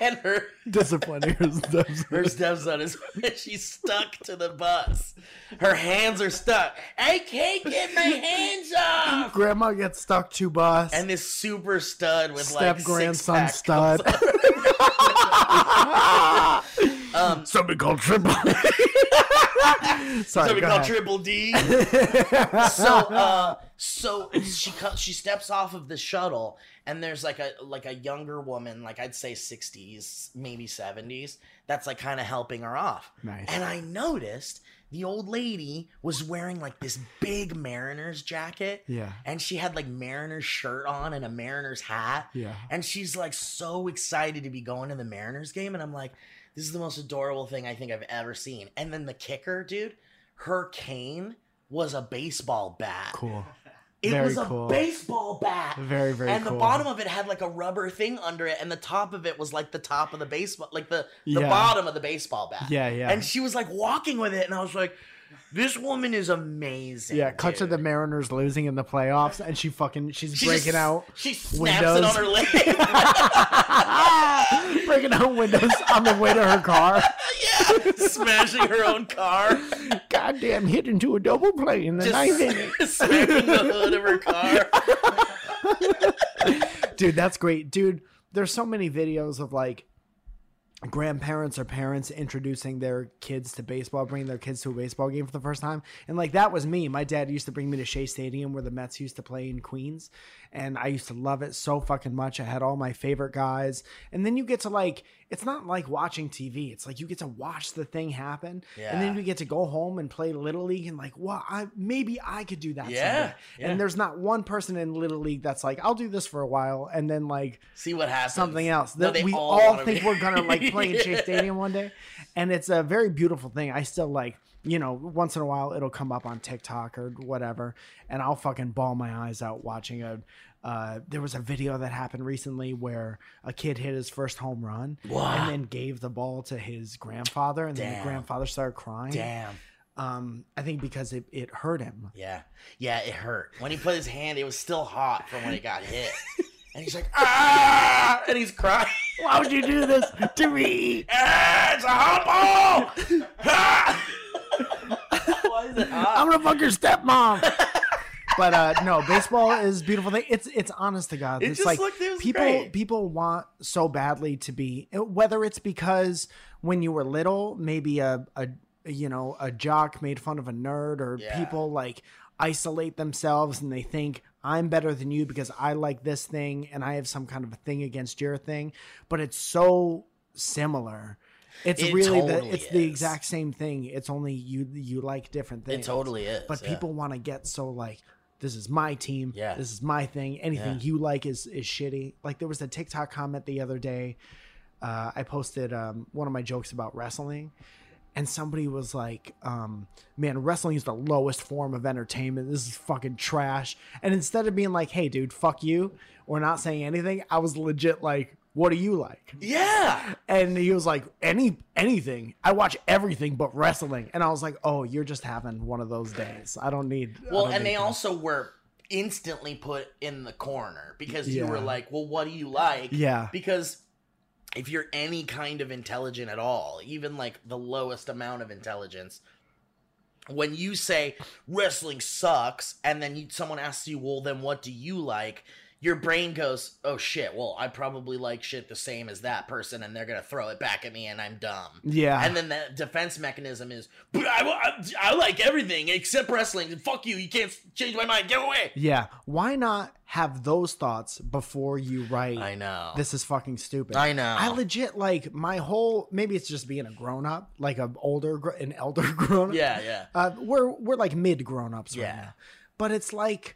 and her, Disciplining her stepson. her stepson is <laughs> she's stuck to the bus. Her hands are stuck. I can't get my hands off. Grandma gets stuck to bus. and this super stud with Step like grandson six-pack stud. comes up. um, <laughs> Something called <laughs> triple. <laughs> Sorry, something go called ahead. Triple <laughs> D. so, uh, so she co- she steps off of the shuttle, and there's like a like a younger woman, like I'd say 60s, maybe 70s, that's like kind of helping her off. nice. And I noticed the old lady was wearing like this big Mariners jacket, <laughs> Yeah, and she had like Mariners shirt on and a Mariners hat. yeah. And she's like so excited to be going to the Mariners game. And I'm like, this is the most adorable thing I think I've ever seen. And then the kicker, dude, her cane was a baseball bat. Cool. It Very was a cool. baseball bat. Very, very and cool. the bottom of it had like a rubber thing under it, and the top of it was like the top of the baseball, like the, the Yeah. bottom of the baseball bat. Yeah, yeah. And she was like walking with it, and I was like, this woman is amazing. yeah, cut to dude. the Mariners losing in the playoffs, and she fucking she's She breaking just- out, She snaps it on windows. her leg. breaking out windows on the way to her <laughs> car. yeah, <laughs> smashing her own <laughs> car, Goddamn, hit into a double play in the ninth inning. <laughs> just smacking the hood of her car. dude that's great dude there's so many videos of like grandparents or parents introducing their kids to baseball bringing their kids to a baseball game for the first time and like that was me my dad used to bring me to shea stadium where the mets used to play in queens and i used to love it so fucking much i had all my favorite guys and then you get to like it's not like watching tv it's like you get to watch the thing happen and Yeah. then you get to go home and play little league and like wow i maybe i could do that Yeah, someday. yeah. and there's not one person in little league that's like i'll do this for a while and then like See what happens. something else No, that they we all all wanna think be- we're <laughs> gonna like play in Chase Yeah. Stadium one day, and it's a very beautiful thing. I still like, you know, once in a while it'll come up on TikTok or whatever, and I'll fucking ball my eyes out watching a. Uh, there was a video that happened recently where a kid hit his first home run Wow. and then gave the ball to his grandfather, and then Damn. the grandfather started crying. Damn. Um, I think because it, it hurt him. Yeah. Yeah, it hurt. When he put his hand, it was still hot from when it got hit. And he's like, ah, and he's crying. <laughs> Why would you do this to me? Ah, it's a hot ball. Ah! <laughs> Why is it hot? I'm gonna fuck your stepmom. <laughs> but uh no, baseball is a beautiful thing. It's it's honest to God. It it's just like looked- it was people great. people want so badly to be whether it's because when you were little, maybe a a you know, a jock made fun of a nerd or Yeah. people like isolate themselves and they think I'm better than you because I like this thing and I have some kind of a thing against your thing, but it's so similar. It's It really totally the, it's the is. exact same thing. It's only you you like different things It totally is. but yeah. people want to get so like this is my team Yeah. this is my thing anything Yeah. you like is is shitty like there was a tiktok comment the other day uh, i posted um, one of my jokes about wrestling and somebody was like um, man wrestling is the lowest form of entertainment this is fucking trash and instead of being like hey dude fuck you or not saying anything i was legit like what do you like Yeah. and he was like any anything i watch everything but wrestling and i was like oh you're just having one of those days i don't need I Well, don't and need they that." also were instantly put in the corner because you were Yeah. like, "Well, what do you like?" yeah Because if you're any kind of intelligent at all, even like the lowest amount of intelligence, when you say wrestling sucks and then you, someone asks you, "Well, then what do you like?" your brain goes, "Oh shit, well I probably like shit the same as that person, and they're gonna throw it back at me, and I'm dumb." Yeah. And then the defense mechanism is, "But I, I, I like everything except wrestling. and Fuck you! You can't change my mind. Get away!" yeah. Why not have those thoughts before you write? I know. This is fucking stupid. I know. I legit like my whole. Maybe it's just being a grown up, like a older, gr- an elder <laughs> grown up. yeah, yeah. Uh, we're we're like mid grown ups right Yeah. now, but it's like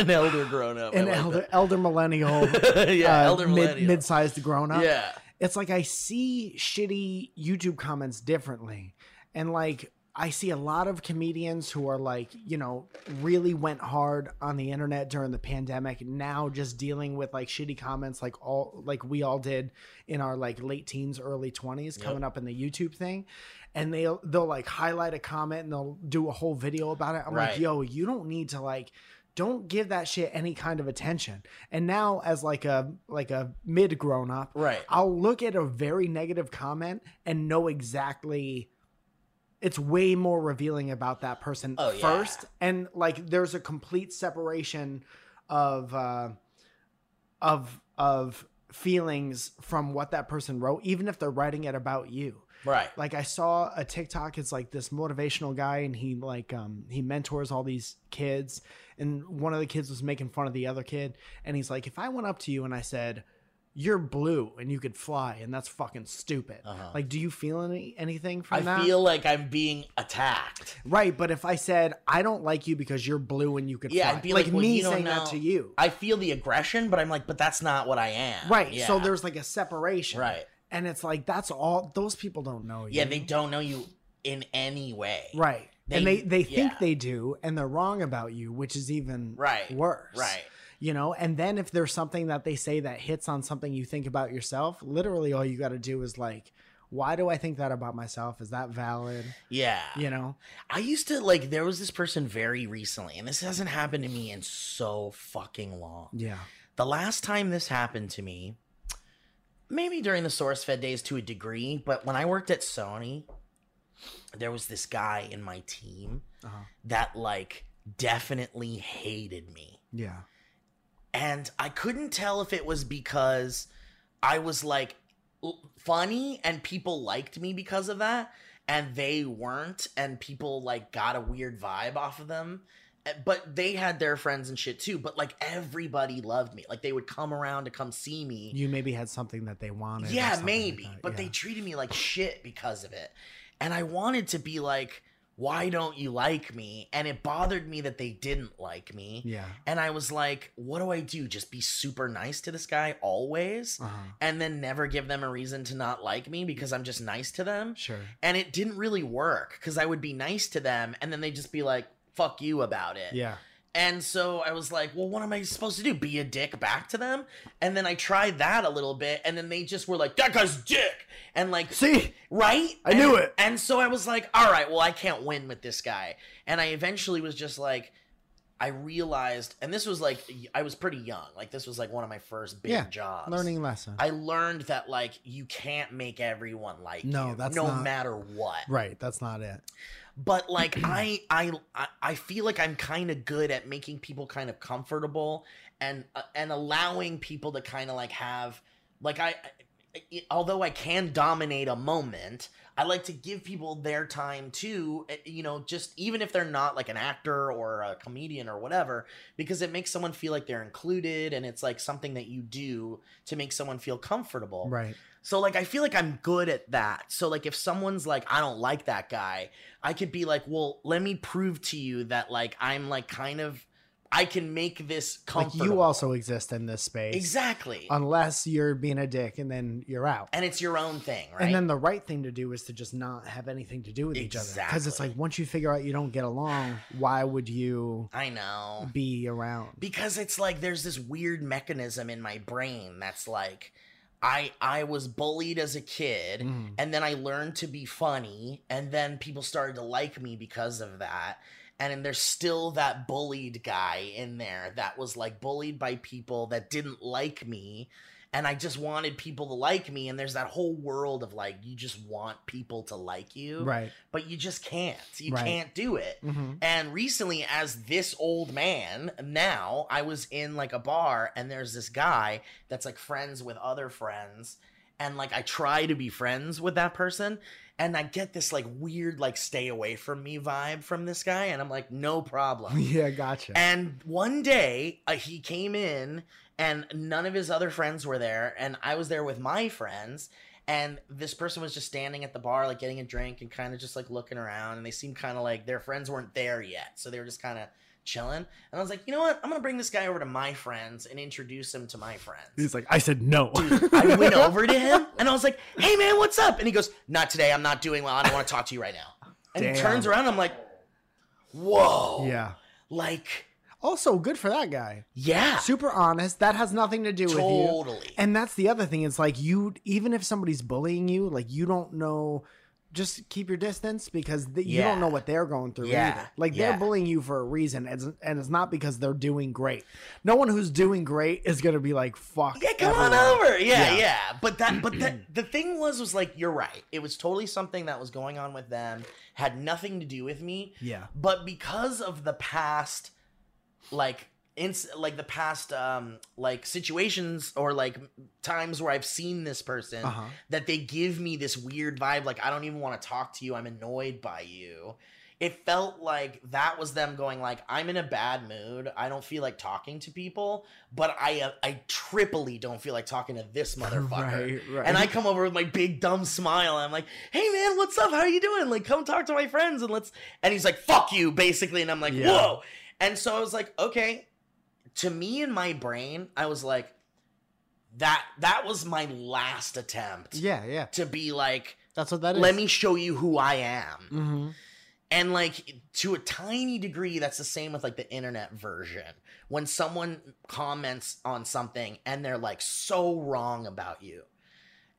An elder grown up. I an like elder that. <laughs> elder millennial, yeah, uh, elder mid millennial. mid sized grown up. yeah. it's like I see shitty YouTube comments differently. And like I see a lot of comedians who are like, you know, really went hard on the internet during the pandemic, now just dealing with like shitty comments like all like we all did in our like late teens, early 20s coming up in the YouTube thing. And they will they'll like highlight a comment and they'll do a whole video about it. I'm Right. like, yo, you don't need to like don't give that shit any kind of attention. And now as like a like a mid grown up, Right. I'll look at a very negative comment and know exactly it's way more revealing about that person Oh, yeah. first and like there's a complete separation of uh of of feelings from what that person wrote even if they're writing it about you Right. like I saw a TikTok. It's like this motivational guy, and he like um he mentors all these kids, and one of the kids was making fun of the other kid, and he's like, if I went up to you and I said, "You're blue and you could fly," and that's fucking stupid. Uh-huh. Like, do you feel any anything from I that? feel like I'm being attacked. right, but if I said, "I don't like you because you're blue and you could Yeah, fly," I'd be like, like, well, me you don't saying that know. to you, I feel the aggression, but I'm like, but that's not what I am. right? Uh, Yeah. So there's like a separation, right. And it's like that's all. Those people don't know you. Yeah, they don't know you in any way. Right. and They- they, they think yeah. they do, and they're wrong about you, which is even Right. worse. Right. You know, and then if there's something that they say that hits on something you think about yourself, literally all you got to do is like, why do I think that about myself? Is that valid? Yeah. You know? I used to like there was this person very recently, and this hasn't happened to me in so fucking long. Yeah. The last time this happened to me, maybe during the SourceFed days to a degree, but when I worked at Sony, there was this guy in my team Uh-huh. that like definitely hated me. Yeah. and I couldn't tell if it was because I was like l- funny and people liked me because of that, and they weren't, and people like got a weird vibe off of them. Eh, But they had their friends and shit too. But like everybody loved me. Like they would come around to come see me. You maybe had something that they wanted. or Yeah, something like maybe. that. but they Yeah. treated me like shit because of it. And I wanted to be like, why don't you like me? And it bothered me that they didn't like me. Yeah. And I was like, what do I do? Just be super nice to this guy always Uh-huh. and then never give them a reason to not like me because I'm just nice to them? Sure. And it didn't really work because I would be nice to them and then they'd just be like, fuck you about it. Yeah. And so I was like, well, what am I supposed to do? Be a dick back to them? And then I tried that a little bit and then they just were like, that guy's a dick. And like, See? right? I knew And- it. And so I was like, all right, well, I can't win with this guy. And I eventually was just like, I realized, and this was like, I was pretty young. Like, this was like one of my first big Yeah, jobs. Learning lesson. uh, I learned that, like, you can't make everyone like No, you, that's no not- matter what right. That's not it. but like I, I I- i feel like i'm kind of good at making people kind of comfortable and uh, and allowing people to kind of like have like I, I- although i can dominate a moment i like to give people their time too eh, you know just even if they're not like an actor or a comedian or whatever because it makes someone feel like they're included and it's like something that you do to make someone feel comfortable Right. so like I feel like I'm good at that. So like if someone's like I don't like that guy, I could be like, "Well, let me prove to you that like I'm like kind of I can make this Like comfortable." you also exist in this space. Exactly. Unless you're being a dick and then you're out. and it's your own thing, right? And then the right thing to do is to just not have anything to do with each other. Because it's Exactly. like once you figure out you don't get along, why would you I know. be around? because it's like there's this weird mechanism in my brain that's like I I was bullied as a kid Mhm. and then I learned to be funny, and then people started to like me because of that. And then there's still that bullied guy in there that was like bullied by people that didn't like me. and I just wanted people to like me. And there's that whole world of like you just want people to like you, Right. but you just can't. You Right. can't do it. Mm-hmm. And recently, as this old man, now I was in like a bar and there's this guy that's like friends with other friends. And like I try to be friends with that person. And I get this like weird, like stay away from me vibe from this guy. And I'm like, no problem. <laughs> Yeah, gotcha. and one day uh, he came in and none of his other friends were there. And I was there with my friends. And this person was just standing at the bar, like getting a drink and kind of just like looking around. And they seemed kind of like their friends weren't there yet. So they were just kind of chilling. And I was like, you know what? I'm going to bring this guy over to my friends and introduce him to my friends. He's like, I said no. I went over to him and I was like, hey man, what's up? And he goes, not today. I'm not doing well. I don't want to talk to you right now. And he Damn. turns around. I'm like, whoa. <laughs> yeah. Like, Also, good for that guy. yeah. Super honest. That has nothing to do with you. Totally. And that's the other thing. It's like you, even if somebody's bullying you, like you don't know. Just keep your distance because th- you Yeah. don't know what they're going through Yeah. either. Like Yeah. they're bullying you for a reason, and it's, and it's not because they're doing great. No one who's doing great is gonna be like, "Fuck." Yeah, come everyone." on over. Yeah, yeah. Yeah. But that, but <clears throat> that, the thing was, was like, you're right. It was totally something that was going on with them, had nothing to do with me. Yeah. But because of the past, like, ins- like the past, um, like situations or like times where I've seen this person, Uh huh. that they give me this weird vibe. Like, I don't even want to talk to you. I'm annoyed by you. It felt like that was them going like, I'm in a bad mood. I don't feel like talking to people, but I uh, I triply don't feel like talking to this motherfucker. Right. Right. And I come over with my big dumb smile. And I'm like, "Hey man, what's up? How are you doing? Like, come talk to my friends and let's." And he's like, "Fuck you," basically. And I'm like, Yeah. "Whoa!" And so I was like, "Okay." To me, in my brain, I was like, "That that was my last attempt Yeah. Yeah. to be like, That's what that is. let me show you who I am." Mm-hmm. And like to a tiny degree, that's the same with like the internet version. When someone comments on something and they're like so wrong about you,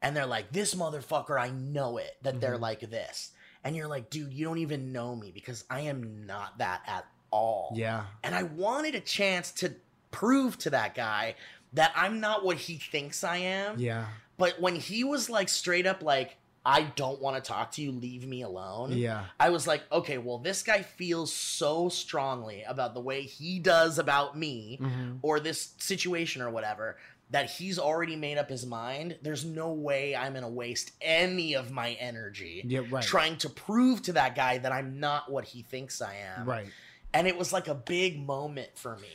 and they're like, this motherfucker, I know it, that they're Mhm. like this. And you're like, dude, you don't even know me because I am not that at all. Yeah. And I wanted a chance to prove to that guy that I'm not what he thinks I am. Yeah. But when he was like straight up like, I don't want to talk to you, leave me alone. Yeah. I was like, okay, well, this guy feels so strongly about the way he does about me Mm-hmm. or this situation or whatever that he's already made up his mind. There's no way I'm going to waste any of my energy Yeah. Right. trying to prove to that guy that I'm not what he thinks I am. Right. And it was like a big moment for me.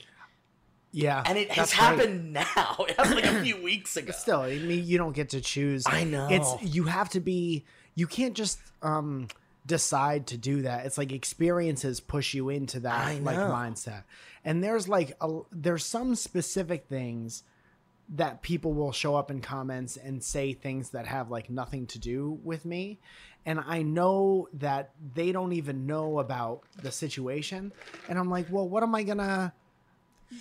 Yeah. And it has That's right. happened <laughs> now. It happened like a few weeks ago. But still, I mean, you don't get to choose. I know. It's you have to be. You can't just um decide to do that. It's like experiences push you into I that like know. mindset. And there's like a, there's some specific things that people will show up in comments and say things that have like nothing to do with me and i know that they don't even know about the situation and i'm like well what am i gonna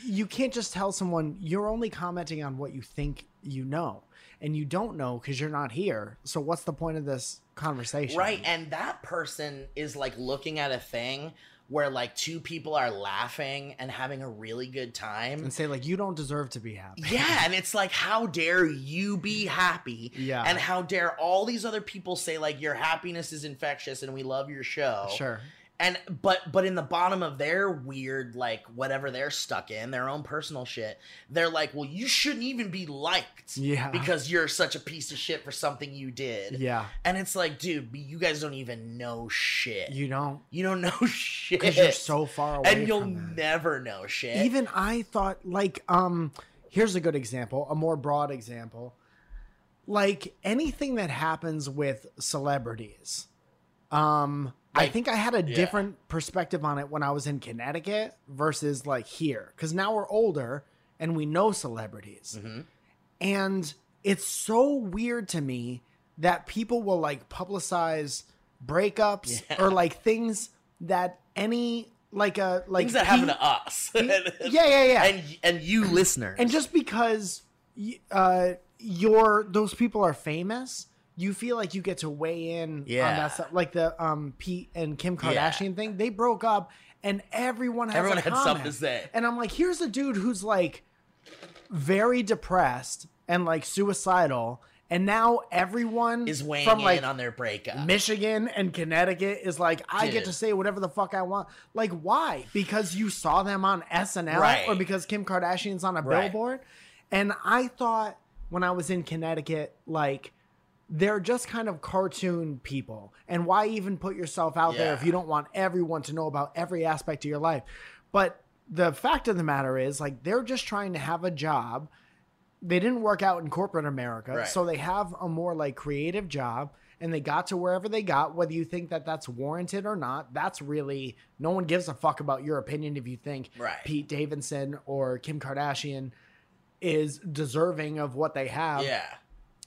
you can't just tell someone you're only commenting on what you think you know and you don't know because you're not here so what's the point of this conversation Right, and that person is like looking at a thing where like two people are laughing and having a really good time. and say like you don't deserve to be happy <laughs> Yeah, and it's like how dare you be happy? yeah And how dare all these other people say like your happiness is infectious and we love your show. sure And but but in the bottom of their weird like whatever they're stuck in, their own personal shit, they're like, "Well, you shouldn't even be liked." yeah Because you're such a piece of shit for something you did. yeah And it's like, dude, you guys don't even know shit. you don't <laughs> You don't know shit. because you're so far away and you'll from that. never know shit. even i thought like um here's a good example a more broad example like anything that happens with celebrities um i Like- think i had a yeah. different perspective on it when i was in connecticut versus like here because now we're older and we know celebrities Mhm. and it's so weird to me that people will like publicize breakups Yeah. or like things that any like a like things that happen P- to <laughs> us. <laughs> yeah, yeah, yeah. And, And and you listeners. just because y- uh, you're those people are famous, you feel like you get to weigh in on Yeah. that stuff. Like the um Pete and Kim Yeah. Kardashian thing, they broke up, and everyone has everyone a had comment. something to say. And I'm like, here's a dude who's like very depressed and like suicidal, and now everyone is weighing from in like on their breakup. Michigan and Connecticut is like, I get to Dude. say whatever the fuck I want. Like, why? Because you saw them on SNL Right. or because Kim Kardashian's on a Right. billboard? And I thought when I was in Connecticut, like, they're just kind of cartoon people. And why even put yourself out there if Yeah. you don't want everyone to know about every aspect of your life? But the fact of the matter is, like, they're just trying to have a job. They didn't work out in corporate America. Right. So they have a more like creative job and they got to wherever they got. Whether you think that that's warranted or not, that's really no one gives a fuck about your opinion if you think Right. Pete Davidson or Kim Kardashian is deserving of what they have. yeah.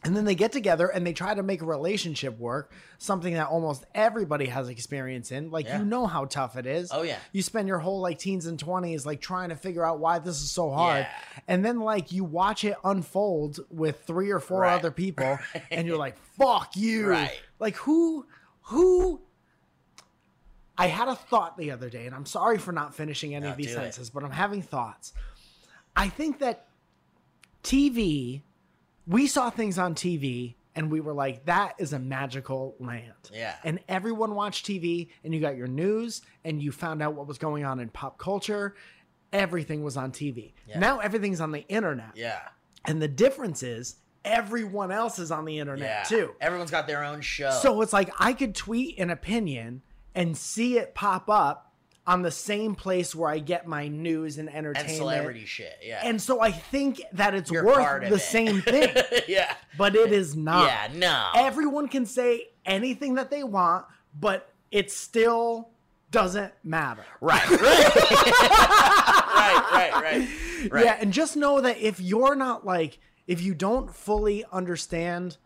And then they get together and they try to make a relationship work, something that almost everybody has experience in. Like Yeah. you know how tough it is. Oh yeah. You spend your whole like teens and 20s like trying to figure out why this is so hard. Yeah. And then like you watch it unfold with three or four Right. other <laughs> people and you're like, "Fuck you." Right. Like who who I had a thought the other day and I'm sorry for not finishing any No, of these do it. sentences, but I'm having thoughts. I think that TV we saw things on TV and we were like, that is a magical land Yeah. and everyone watched TV and you got your news and you found out what was going on in pop culture. Everything was on TV. Yeah. Now everything's on the internet. Yeah. And the difference is everyone else is on the internet Yeah. Oh. too. Everyone's got their own show. So it's like I could tweet an opinion and see it pop up on the same place where I get my news and and entertainment. celebrity shit. Yeah. And so I think that it's You're part worth of the it. same thing, <laughs> yeah. but it is not Yeah. No. everyone can say anything that they want, but it still doesn't matter. right. <laughs> <laughs> Right. right. Right. Right. Right. Yeah, and just know that if you're not like, if you don't fully understand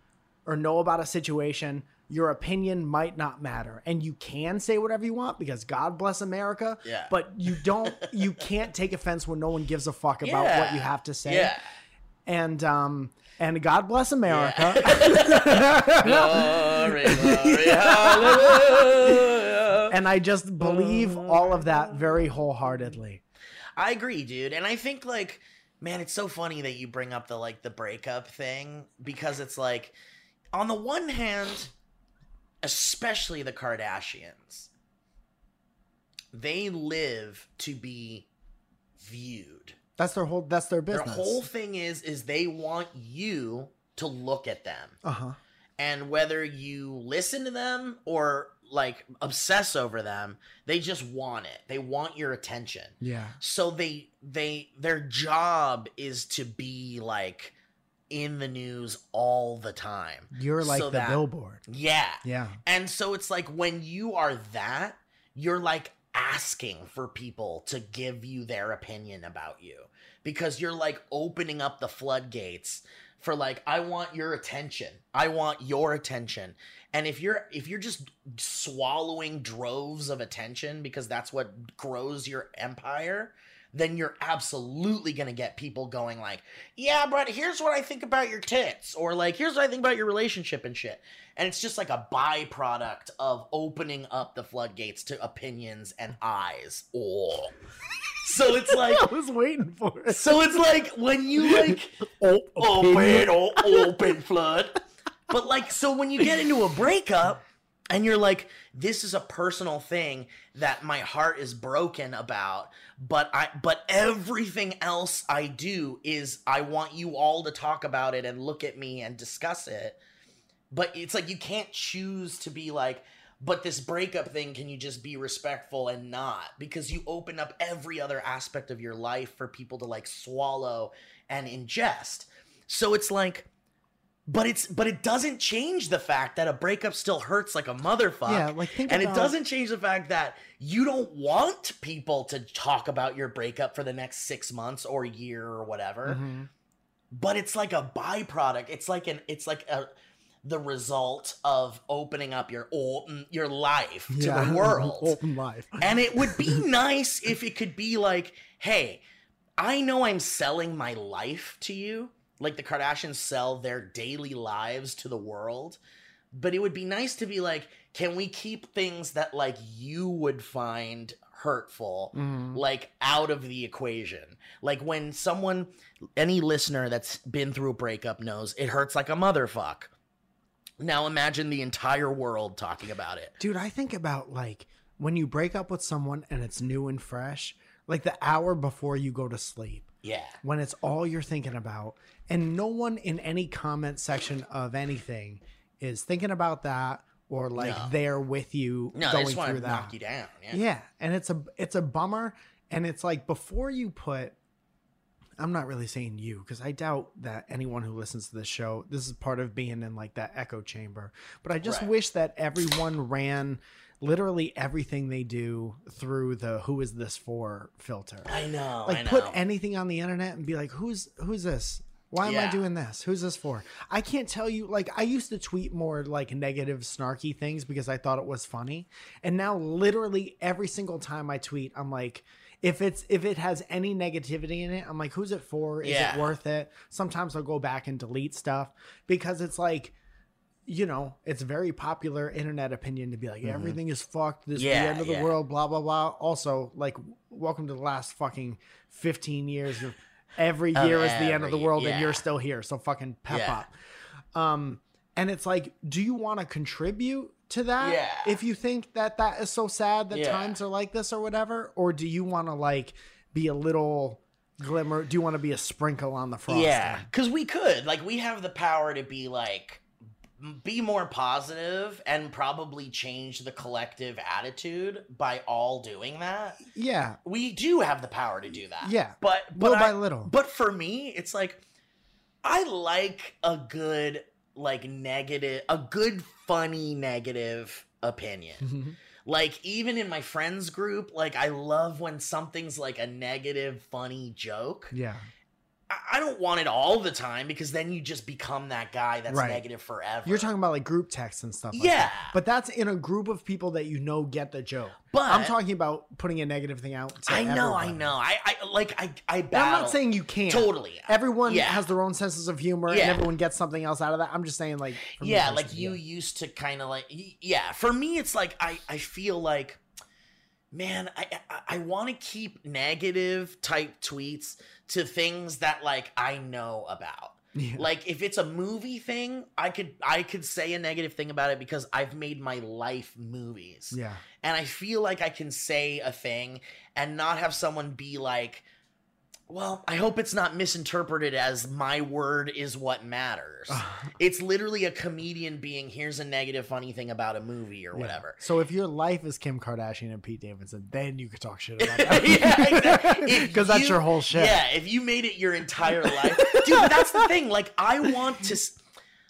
or know about a situation, your opinion might not matter. And you can say whatever you want because God bless America. Yeah. But you don't, <laughs> you can't take offense when no one gives a fuck about what Yeah. you have to <laughs> say. Yeah. And, um, and God bless America. <laughs> Glory, <laughs> glory, hallelujah. and I just believe Oh all of that very wholeheartedly. I agree, dude. And I think like, man, it's so funny that you bring up the like the breakup thing because it's like, on the one hand, especially the Kardashians, they live to be viewed. That's their whole. That's their business. Their whole thing is is they want you to look at them. uh huh. and whether you listen to them or like obsess over them they just want it they want your attention Yeah. so they they their job is to be like in the news all the time You're like So the that- billboard. yeah Yeah. and so it's like when you are that you're like asking for people to give you their opinion about you because you're like opening up the floodgates for like I want your attention. I want your attention. And if you're if you're just swallowing droves of attention because that's what grows your empire, then you're absolutely going to get people going like, "Yeah, but here's what I think about your tits" or like, "Here's what I think about your relationship and shit." And it's just like a byproduct of opening up the floodgates to opinions and eyes. Oh. so it's like <laughs> I was waiting for it. <laughs> so it's like when you like open or open flood. But like so when you get into a breakup and you're like this is a personal thing that my heart is broken about but I but everything else I do is I want you all to talk about it and look at me and discuss it. But it's like you can't choose to be like but this breakup thing can you just be respectful and not because you open up every other aspect of your life for people to like swallow and ingest so it's like but it's but it doesn't change the fact that a breakup still hurts like a motherfucker Yeah. Like think. and about, it doesn't change the fact that you don't want people to talk about your breakup for the next six months or year or whatever Mhm. but it's like a byproduct it's like an it's like a the result of opening up your or mm, your life to Yeah. the <laughs> world Open life. and it would be nice if it could be like hey i know i'm selling my life to you like the kardashians sell their daily lives to the world but it would be nice to be like can we keep things that like you would find hurtful Mhm. like out of the equation. Like when someone, any listener that's been through a breakup knows it hurts like a motherfuck. Now imagine the entire world talking about it. Dude, I think about like when you break up with someone and it's new and fresh, like the hour before you go to sleep. Yeah. when it's all you're thinking about and no one in any comment section of anything is thinking about that or like No. there with you No, they going just want through to that knock you down. Yeah. yeah and it's a it's a bummer and it's like before you put i'm not really saying you because i doubt that anyone who listens to this show this is part of being in like that echo chamber but i just Right. wish that everyone ran literally everything they do through the who is this for filter I know. I like know. put anything on the internet and be like who's who's this why am i Yeah. doing this who's this for i can't tell you like i used to tweet more like negative snarky things because i thought it was funny and now literally every single time i tweet i'm like if it's if it has any negativity in it i'm like who's it for is Yeah. it worth it sometimes i'll go back and delete stuff because it's like you know, it's very popular internet opinion to be like, everything is fucked. This is Yeah, the end of the yeah. world, blah, blah, blah. Also, like, w- welcome to the last fucking 15 years of every Of year is the end of the every- world and yeah. you're still here. So fucking pep Yeah. up. Um, and it's like, do you want to contribute to that? Yeah. If you think that that is so sad that Yeah. times are like this or whatever, or do you want to like be a little glimmer? Do you want to be a sprinkle on the frosting? Yeah, because we could. Like, we have the power to be like, be more positive and probably change the collective attitude by all doing that. Yeah. We do have the power to do that. Yeah. But, but little I- by little. but for me, it's like I like a good like negative a good funny negative opinion. like even in my friends group, like I love when something's like a negative funny joke. <laughs> yeah. I, I don't want it all the time because then you just become that guy that's Right. negative forever. You're talking about like group texts and stuff. Like Yeah. that. But that's in a group of people that you know get the joke. but I'm talking about putting a negative thing out. To I know, I everybody. know. I, I like I I And battle. I'm not saying you can't. totally. Everyone Yeah. has their own senses of humor Yeah. and everyone gets something else out of that. I'm just saying, like, from your yeah like perspective, you yeah. used to kind of like y- yeah for me it's like i i feel like man i i, I want to keep negative type tweets to things that like i know about Yeah. <laughs> like if it's a movie thing i could i could say a negative thing about it because i've made my life movies <laughs> Yeah. <sighs> and I feel like I can say a thing and not have someone be like, well, I hope it's not misinterpreted as my word is what matters. Uh-huh. it's literally a comedian being, here's a negative funny thing about a movie or Yeah. whatever. So if your life is Kim Kardashian and Pete Davidson, then you could talk <laughs> shit about yeah, that. <laughs> exactly. If Because that's you- your whole shit. Yeah, if you made it your <laughs> entire life, dude. But that's the thing. Like, I want to, s-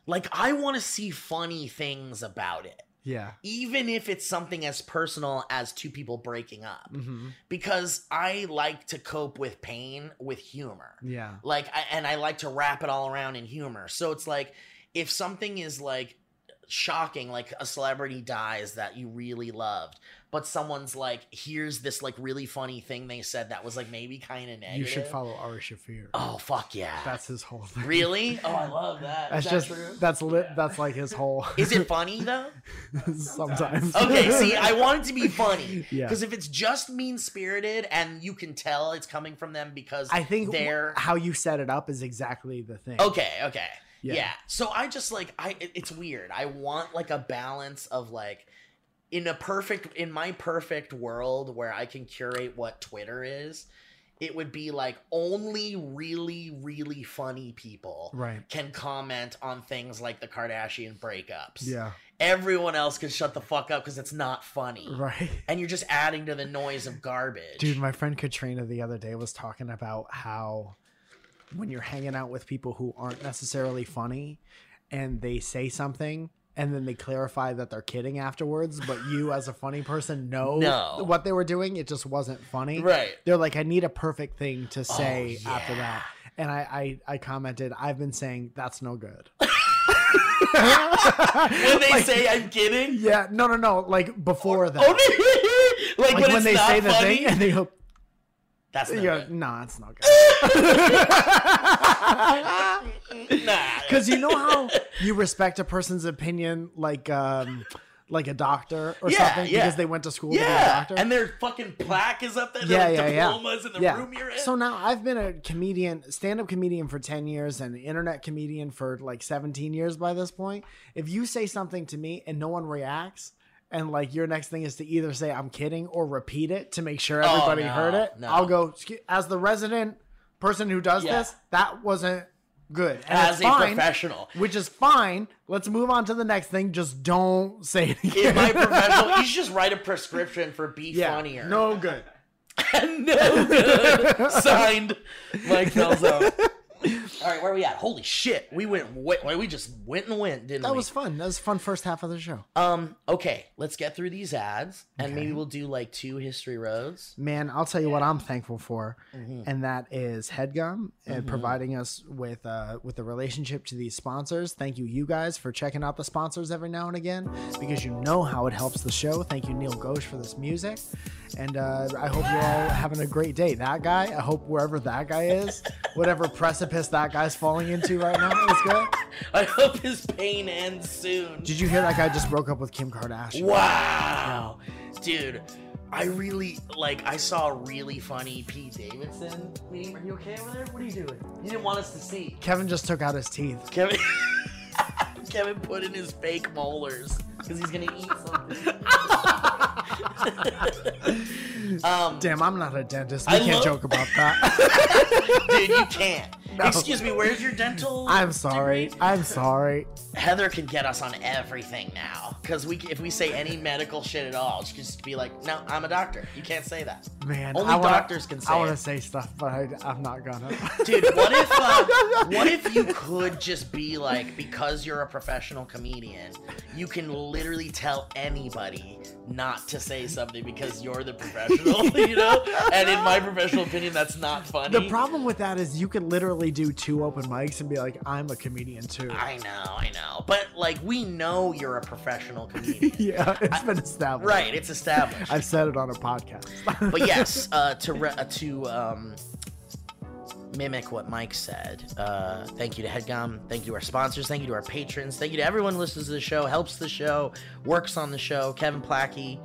like, I want to see funny things about it, Yeah. even if it's something as personal as two people breaking up. hmm because I like to cope with pain with humor. Yeah. Like, I, and I like to wrap it all around in humor. So it's like, if something is like shocking, like a celebrity dies that you really loved, but someone's like, here's this like really funny thing they said that was like maybe kind of negative. You should follow Ari Shafir. Oh, fuck yeah. That's his whole thing. really? Oh, I love that. That's Is that just true? that's lit. That's like his whole. <laughs> Is it funny though? <laughs> sometimes? Okay, see, <laughs> I want it to be funny. Yeah. Because if it's just mean spirited and you can tell it's coming from them because I think w- they're how you set it up is exactly the thing. Okay, okay. Yeah. Yeah. So I just like I it- it's weird. I want like a balance of like in a perfect in my perfect world where I can curate what Twitter is, it would be like only really really funny people Right. can comment on things like the Kardashian breakups. Yeah. Everyone else can shut the fuck up cuz it's not funny. Right. And you're just adding to the noise of garbage. Dude, my friend Katrina the other day was talking about how when you're hanging out with people who aren't necessarily funny and they say something and then they clarify that they're kidding afterwards, but you as a funny person know No. what they were doing, it just wasn't funny. Right. They're like, I need a perfect thing to say Oh, yeah. after that. And I, I, I commented, I've been saying that's no good. <laughs> <laughs> When they Like, say I'm kidding, Yeah, no, no, no. Like before <laughs> that. oh, like, like when, when, it's they not say the funny, thing and <laughs> they go, That's not <laughs> yeah, good. nah, it's not good. Nah. <laughs> Because you know how you respect a person's opinion, like um, like a doctor or Yeah, something yeah. because they went to school to be a yeah, doctor. and their fucking plaque is up there. Yeah, Yeah, yeah, like yeah. diplomas in the Yeah. room you're in. So now I've been a comedian, stand up comedian for 10 years and internet comedian for like 17 years by this point. If you say something to me and no one reacts, and like your next thing is to either say I'm kidding or repeat it to make sure Oh, everybody no, heard it, no. I'll go "Excu- as the resident person who does Yeah. this, that wasn't good. And as a it's fine, <laughs> professional. Which is fine. Let's move on to the next thing. Just don't say it again. In my professional, you should just write a prescription for be <laughs> yeah, funnier. <laughs> No good. no <laughs> good. Signed, Mike Felzo. All right, where we at? Holy shit, we went. Way, we just went and went, didn't That we? was fun. That was a fun first half of the show. Um, okay, let's get through these ads and Okay. maybe we'll do like two history roads. Man, I'll tell you what I'm thankful for, Mm-hmm. and that is HeadGum and providing us with uh, with the relationship to these sponsors. Thank you, you guys, for checking out the sponsors every now and again because you know how it helps the show. Thank you, Neil Ghosh, for this music, and uh, I hope you're all having a great day. That guy, I hope wherever that guy <laughs> is, whatever precipice that guy's falling into right now is good. I hope his pain ends soon. Did you hear that guy just broke up with Kim Kardashian? Wow, dude, I really like. I saw a really funny Pete Davidson meme. Are you okay over there? What are you doing? You didn't want us to see. Kevin just took out his teeth. Kevin. <laughs> Kevin put in his fake molars because he's gonna eat something. um, Damn, I'm not a dentist. We I can't love- joke about <laughs> that. dude, you can't. <laughs> No. Excuse me, where's your dental? I'm sorry. I'm sorry. Heather can get us on everything now because we, if we say any medical shit at all, she can just be like, "No, I'm a doctor. You can't say that." Man, Only I wanna, doctors can say I want it. to say stuff, but I, I'm not gonna. Dude, what if <laughs> uh, what if you could just be like because you're a professional comedian, you can literally tell anybody not to say something because you're the professional, <laughs> you know? And in my professional opinion, that's not funny. the problem with that is you can literally do two open mics and be like, I'm a comedian too. I know, I know, but like we know you're a professional comedian, <laughs> yeah, it's been established. right? It's established. I've said it on a podcast. <laughs> But yes, uh, to re- uh, to um, mimic what Mike said, uh, thank you to HeadGum. Thank you to our sponsors. Thank you to our patrons. Thank you to everyone who listens to the show, helps the show, works on the show. Kevin Plackey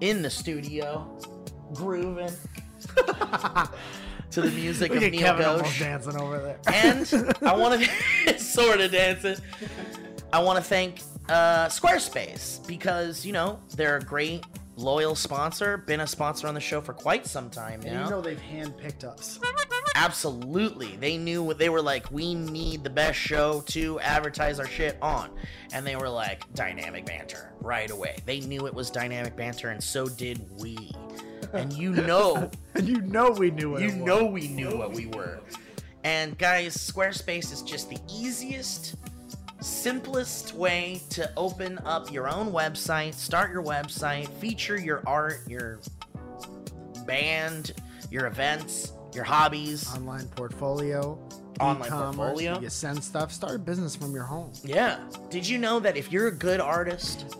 in the studio, grooving <laughs> to the music Look of at Neil Kevin almost Ghosh. dancing over there. And I want <laughs> to sort of dancing. I want to thank uh, Squarespace because you know they're a great loyal sponsor. Been a sponsor on the show for quite some time And now. <laughs> you know they've handpicked us. <laughs> Absolutely, they knew what they were like. We need the best show to advertise our shit on, and they were like dynamic banter right away. They knew it was dynamic banter, and so did we. And you know And you know we knew what it. you was. know we knew what we were. And guys, Squarespace is just the easiest, simplest way to open up your own website, start your website, feature your art, your band, your events, your hobbies. Online portfolio. Online e-commerce, portfolio? You send stuff. Start a business from <laughs> your home. Yeah. Did you know that if you're a good artist,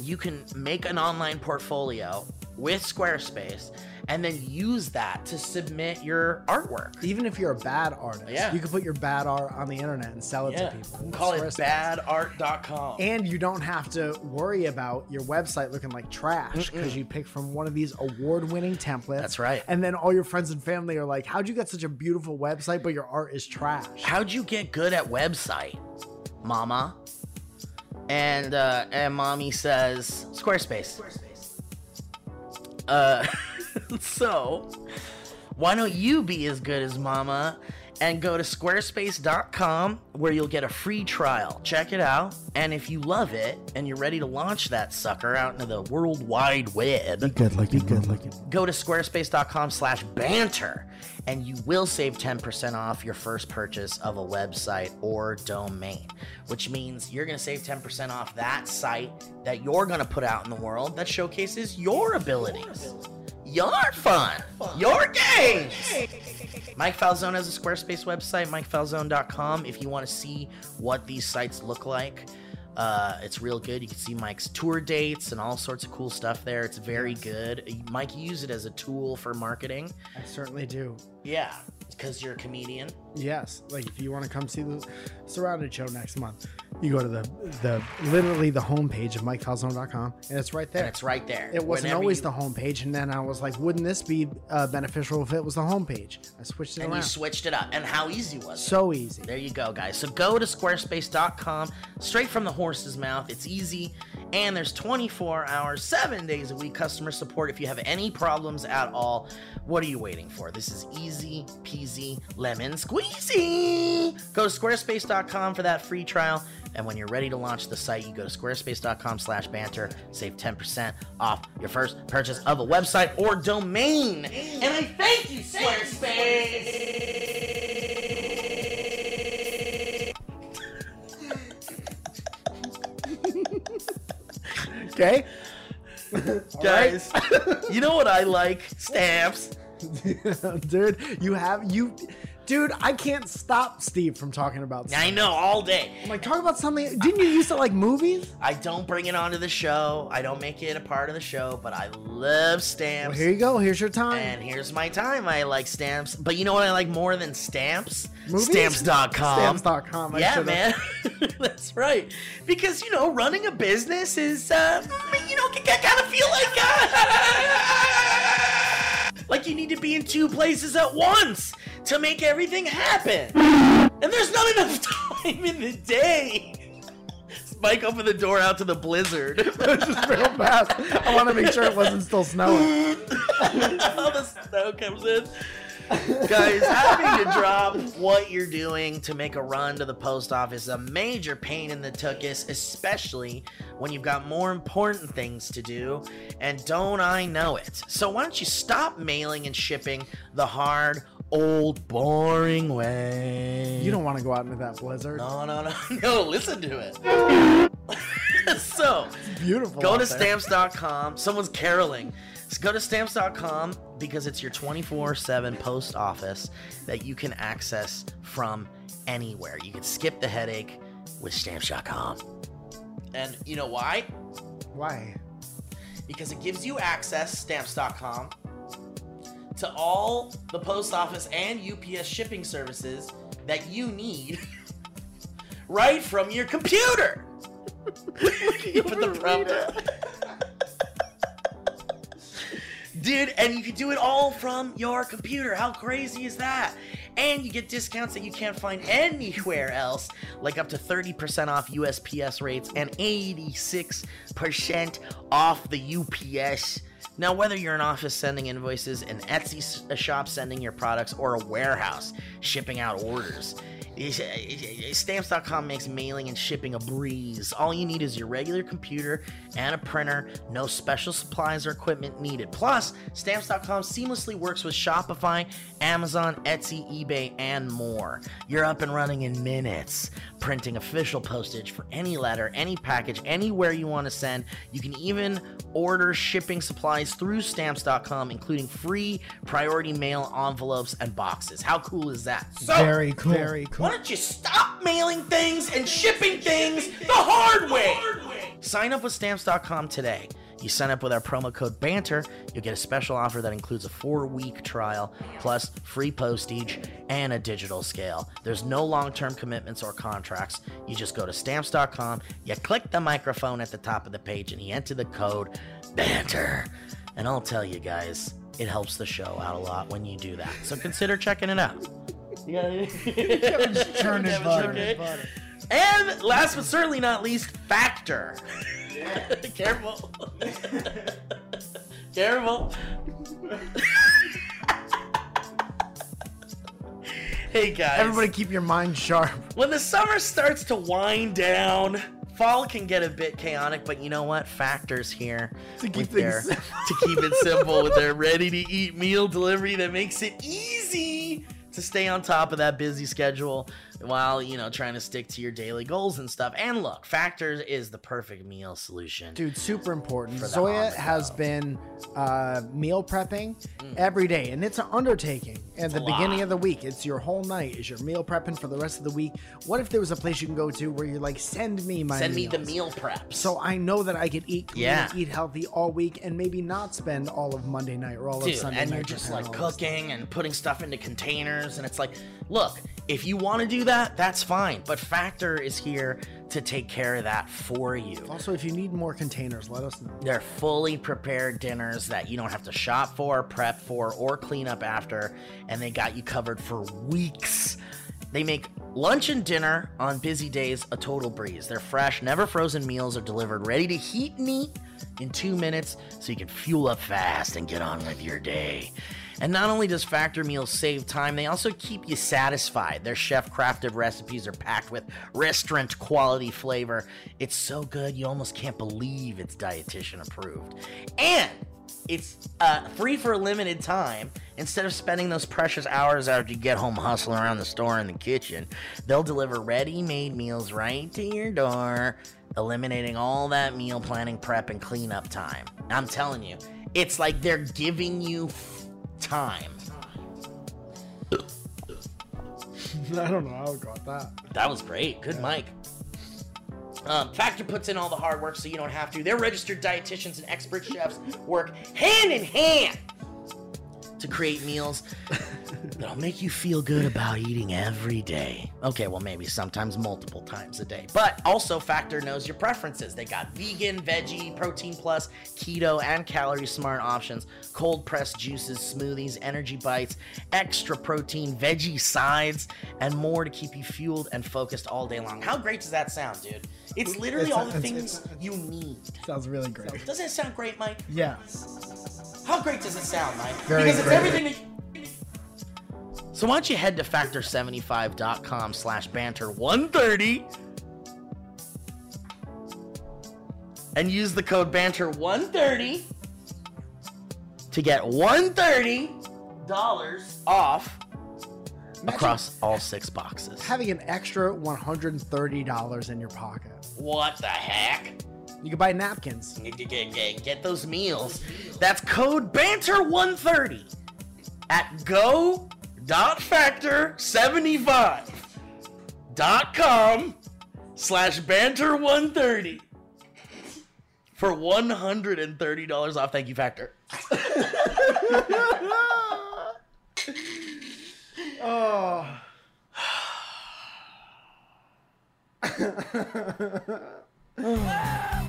you can make an online portfolio with Squarespace and then use that to submit your artwork? Even if you're a bad artist, Yeah. you can put your bad art on the internet and sell it Yeah. to people. You can Call it Squarespace. badart.com. And you don't have to worry about your website looking like trash because you pick from one of these award winning templates. That's right. And then all your friends and family are like, How'd you get such a beautiful website, but your art is trash? How'd you get good at website, mama? And uh, and mommy says Squarespace. Squarespace. Uh, <laughs> so why don't you be as good as mama and go to squarespace.com where you'll get a free trial. Check it out, and if you love it and you're ready to launch that sucker out into the world wide web, good looking, good looking. go to squarespace.com slash banter and you will save 10% off your first purchase of a website or domain which means you're going to save 10% off that site that you're going to put out in the world that showcases your abilities your fun your games mike falzone has a squarespace website mikefalzone.com if you want to see what these sites look like uh, it's real good. You can see Mike's tour dates and all sorts of cool stuff there. It's very good. Mike used it as a tool for marketing. I certainly do. Yeah, because you're a comedian. Yes, like if you want to come see the Surrounded show next month, you go to the the literally the homepage of MikeCalzone.com, and it's right And there. it's right there. It wasn't Whenever always you- the homepage, and then I was like, wouldn't this be uh, beneficial if it was the homepage? I switched it And you around. switched it up. And how easy was it? so easy. There you go, guys. So go to squarespace.com straight from the horse's mouth. It's easy. And there's 24 hours, seven days a week customer support. If you have any problems at all, what are you waiting for? This is easy peasy lemon squeezy. Go to squarespace.com for that free trial. And when you're ready to launch the site, you go to squarespace.com slash banter, save 10% off your first purchase of a website or domain. And I thank you, Squarespace. Okay, Guys, <laughs> you know what I like? Stamps. <laughs> dude, you have you, dude. I can't stop Steve from talking about. I know all day. I'm like, talk about something. Didn't you used to like movies? I don't bring it onto the show. I don't make it a part of the show, but I love Well, stamps. here you go. Here's your time. and here's my time. I like stamps. But you know what I like more than stamps? Movies? Stamps.com. Stamps.com. I Yeah, should've- <laughs> man. <laughs> That's right. Because, you know, running a business is, uh, you know, can, kind of feel like, uh, <laughs> like you need to be in two places at once to make everything happen. And there's not enough <laughs> time in the day. Mike opened the door out to the blizzard. <laughs> It's just real fast. I want to make sure it wasn't still snowing. <laughs> All the snow comes in. Guys, having to drop what you're doing to make a run to the post office is a major pain in the tuchus, especially when you've got more important things to do. And don't I know it? So why don't you stop mailing and shipping the hard, old, boring way? You don't want to go out into that blizzard. No, no, <laughs> no, no. Listen to it. <laughs> so It's beautiful. go out to there. stamps.com someone's caroling Just go to stamps.com because it's your 24-7 post office that you can access from anywhere you can skip the headache with stamps.com and you know why Why? because it gives you access stamps.com to all the post office and ups shipping services that you need <laughs> right from your computer <laughs> you put the prompt dude and you can do it all from your computer how crazy is that and you get discounts that you can't find anywhere else like up to 30% off usps rates and 86% off the ups now whether you're an office sending invoices an etsy s- a shop sending your products or a warehouse shipping out orders uh, Stamps.com makes mailing and shipping a breeze. All you need is your regular computer and a printer. No special supplies or equipment needed. Plus, Stamps.com seamlessly works with Shopify, Amazon, Etsy, eBay, and more. You're up and running in minutes. Printing official postage for any letter, any package, anywhere you want to send. You can even order shipping supplies through Stamps.com, including free priority mail envelopes and boxes. How cool is that? So- very cool. Very cool. why don't you stop mailing things and shipping things the hard way? Sign up with stamps.com today. You sign up with our promo code BANTER, you'll get a special offer that includes a four week trial, plus free postage and a digital scale. There's no long term commitments or contracts. You just go to stamps.com, you click the microphone at the top of the page, and you enter the code BANTER. And I'll tell you guys, it helps the show out a lot when you do that. So consider checking it out. Turn his Kevin's butter. okay. And last but certainly not least, Factor. <laughs> Careful. Careful. hey guys. Everybody, keep your mind sharp. When the summer starts to wind down, fall can get a bit chaotic, but you know what? Factors here To keep with things their- simple. <laughs> to keep it simple with <laughs> their ready-to-eat meal delivery that makes it easy to stay on top of that busy schedule. while you know trying to stick to your daily goals and stuff. And look, Factors is the perfect meal solution. Dude, super important. For the Zoya on-the-go. has been uh, meal prepping every day, and it's an undertaking. At the Mm. a lot. beginning of the week, it's your whole night is your meal prepping for the rest of the week. What if there was a place you can go to where you're like, send me my Send me the meals." meal preps. So I know that I could eat clean, Yeah. eat healthy all week, and maybe not spend all of Monday night or all of Dude, Sunday and night. you're just preparing like all this cooking and putting stuff into containers, and it's like, look, if you want to do that, that's fine. But Factor is here to take care of that for you. stuff. Also, if you need more containers, let us know. <laughs> They're fully prepared dinners that you don't have to shop for, prep for, or clean up after, and they got you covered for weeks. They make lunch and dinner on busy days a total breeze. Their fresh, never frozen meals are delivered ready to heat and eat in two minutes so you can fuel up fast and get on with your day. And not only does Factor Meals save time, they also keep you satisfied. Their chef crafted recipes are packed with restaurant quality flavor. It's so good, you almost can't believe it's dietitian approved. And it's uh, free for a limited time. Instead of spending those precious hours after you get home hustling around the store in the kitchen, they'll deliver ready made meals right to your door, eliminating all that meal planning, prep, and cleanup time. I'm telling you, it's like they're giving you f- time. I don't know how I got that. That was great. Good mic. Um, Factor puts in all the hard work so you don't have to. Their registered dietitians and expert chefs work hand in hand to create meals that'll make you feel good about eating every day. Okay, well, maybe sometimes multiple times a day. But also, Factor knows your preferences. They got vegan, veggie, protein plus, keto, and calorie smart options, cold pressed juices, smoothies, energy bites, extra protein, veggie sides, and more to keep you fueled and focused all day long. How great does that sound, dude? It's literally It's- all the it's- things you need. Sounds really great. Doesn't it sound great, Mike? Yeah. How great does it sound, Mike? Very because it's great. everything that you- So why don't you head to factor75.com slash banter130 and use the code banter130 to get 130 dollars off across all six boxes. Having an extra $130 in your pocket. What the heck? You can buy napkins. Get- get- get- get- get those meals. That's code banter130 at go.factor75.com slash banter130 for $130 off. Thank you, Factor. Oh.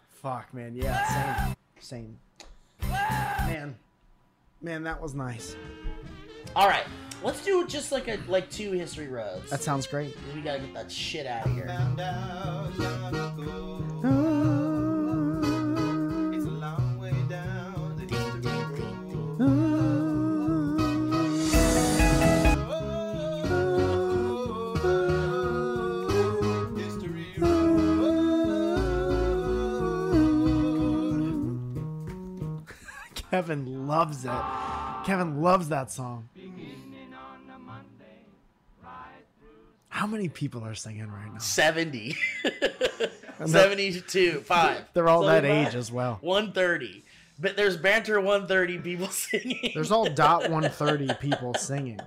Fuck, man. Yeah, same. Same. Man. Man, that was nice. All right. Let's do just like a like two history roads. That sounds great. we gotta get that shit out of here. Found out long ago. It's a long way down the history road. Oh, history road. Kevin loves it. Kevin loves that song. How many people are singing right now? <laughs> <laughs> 70. And they're- 72. 5. They're all that age 75. as well. 130. But there's banter 130 people <laughs> singing. There's all dot one thirty people singing.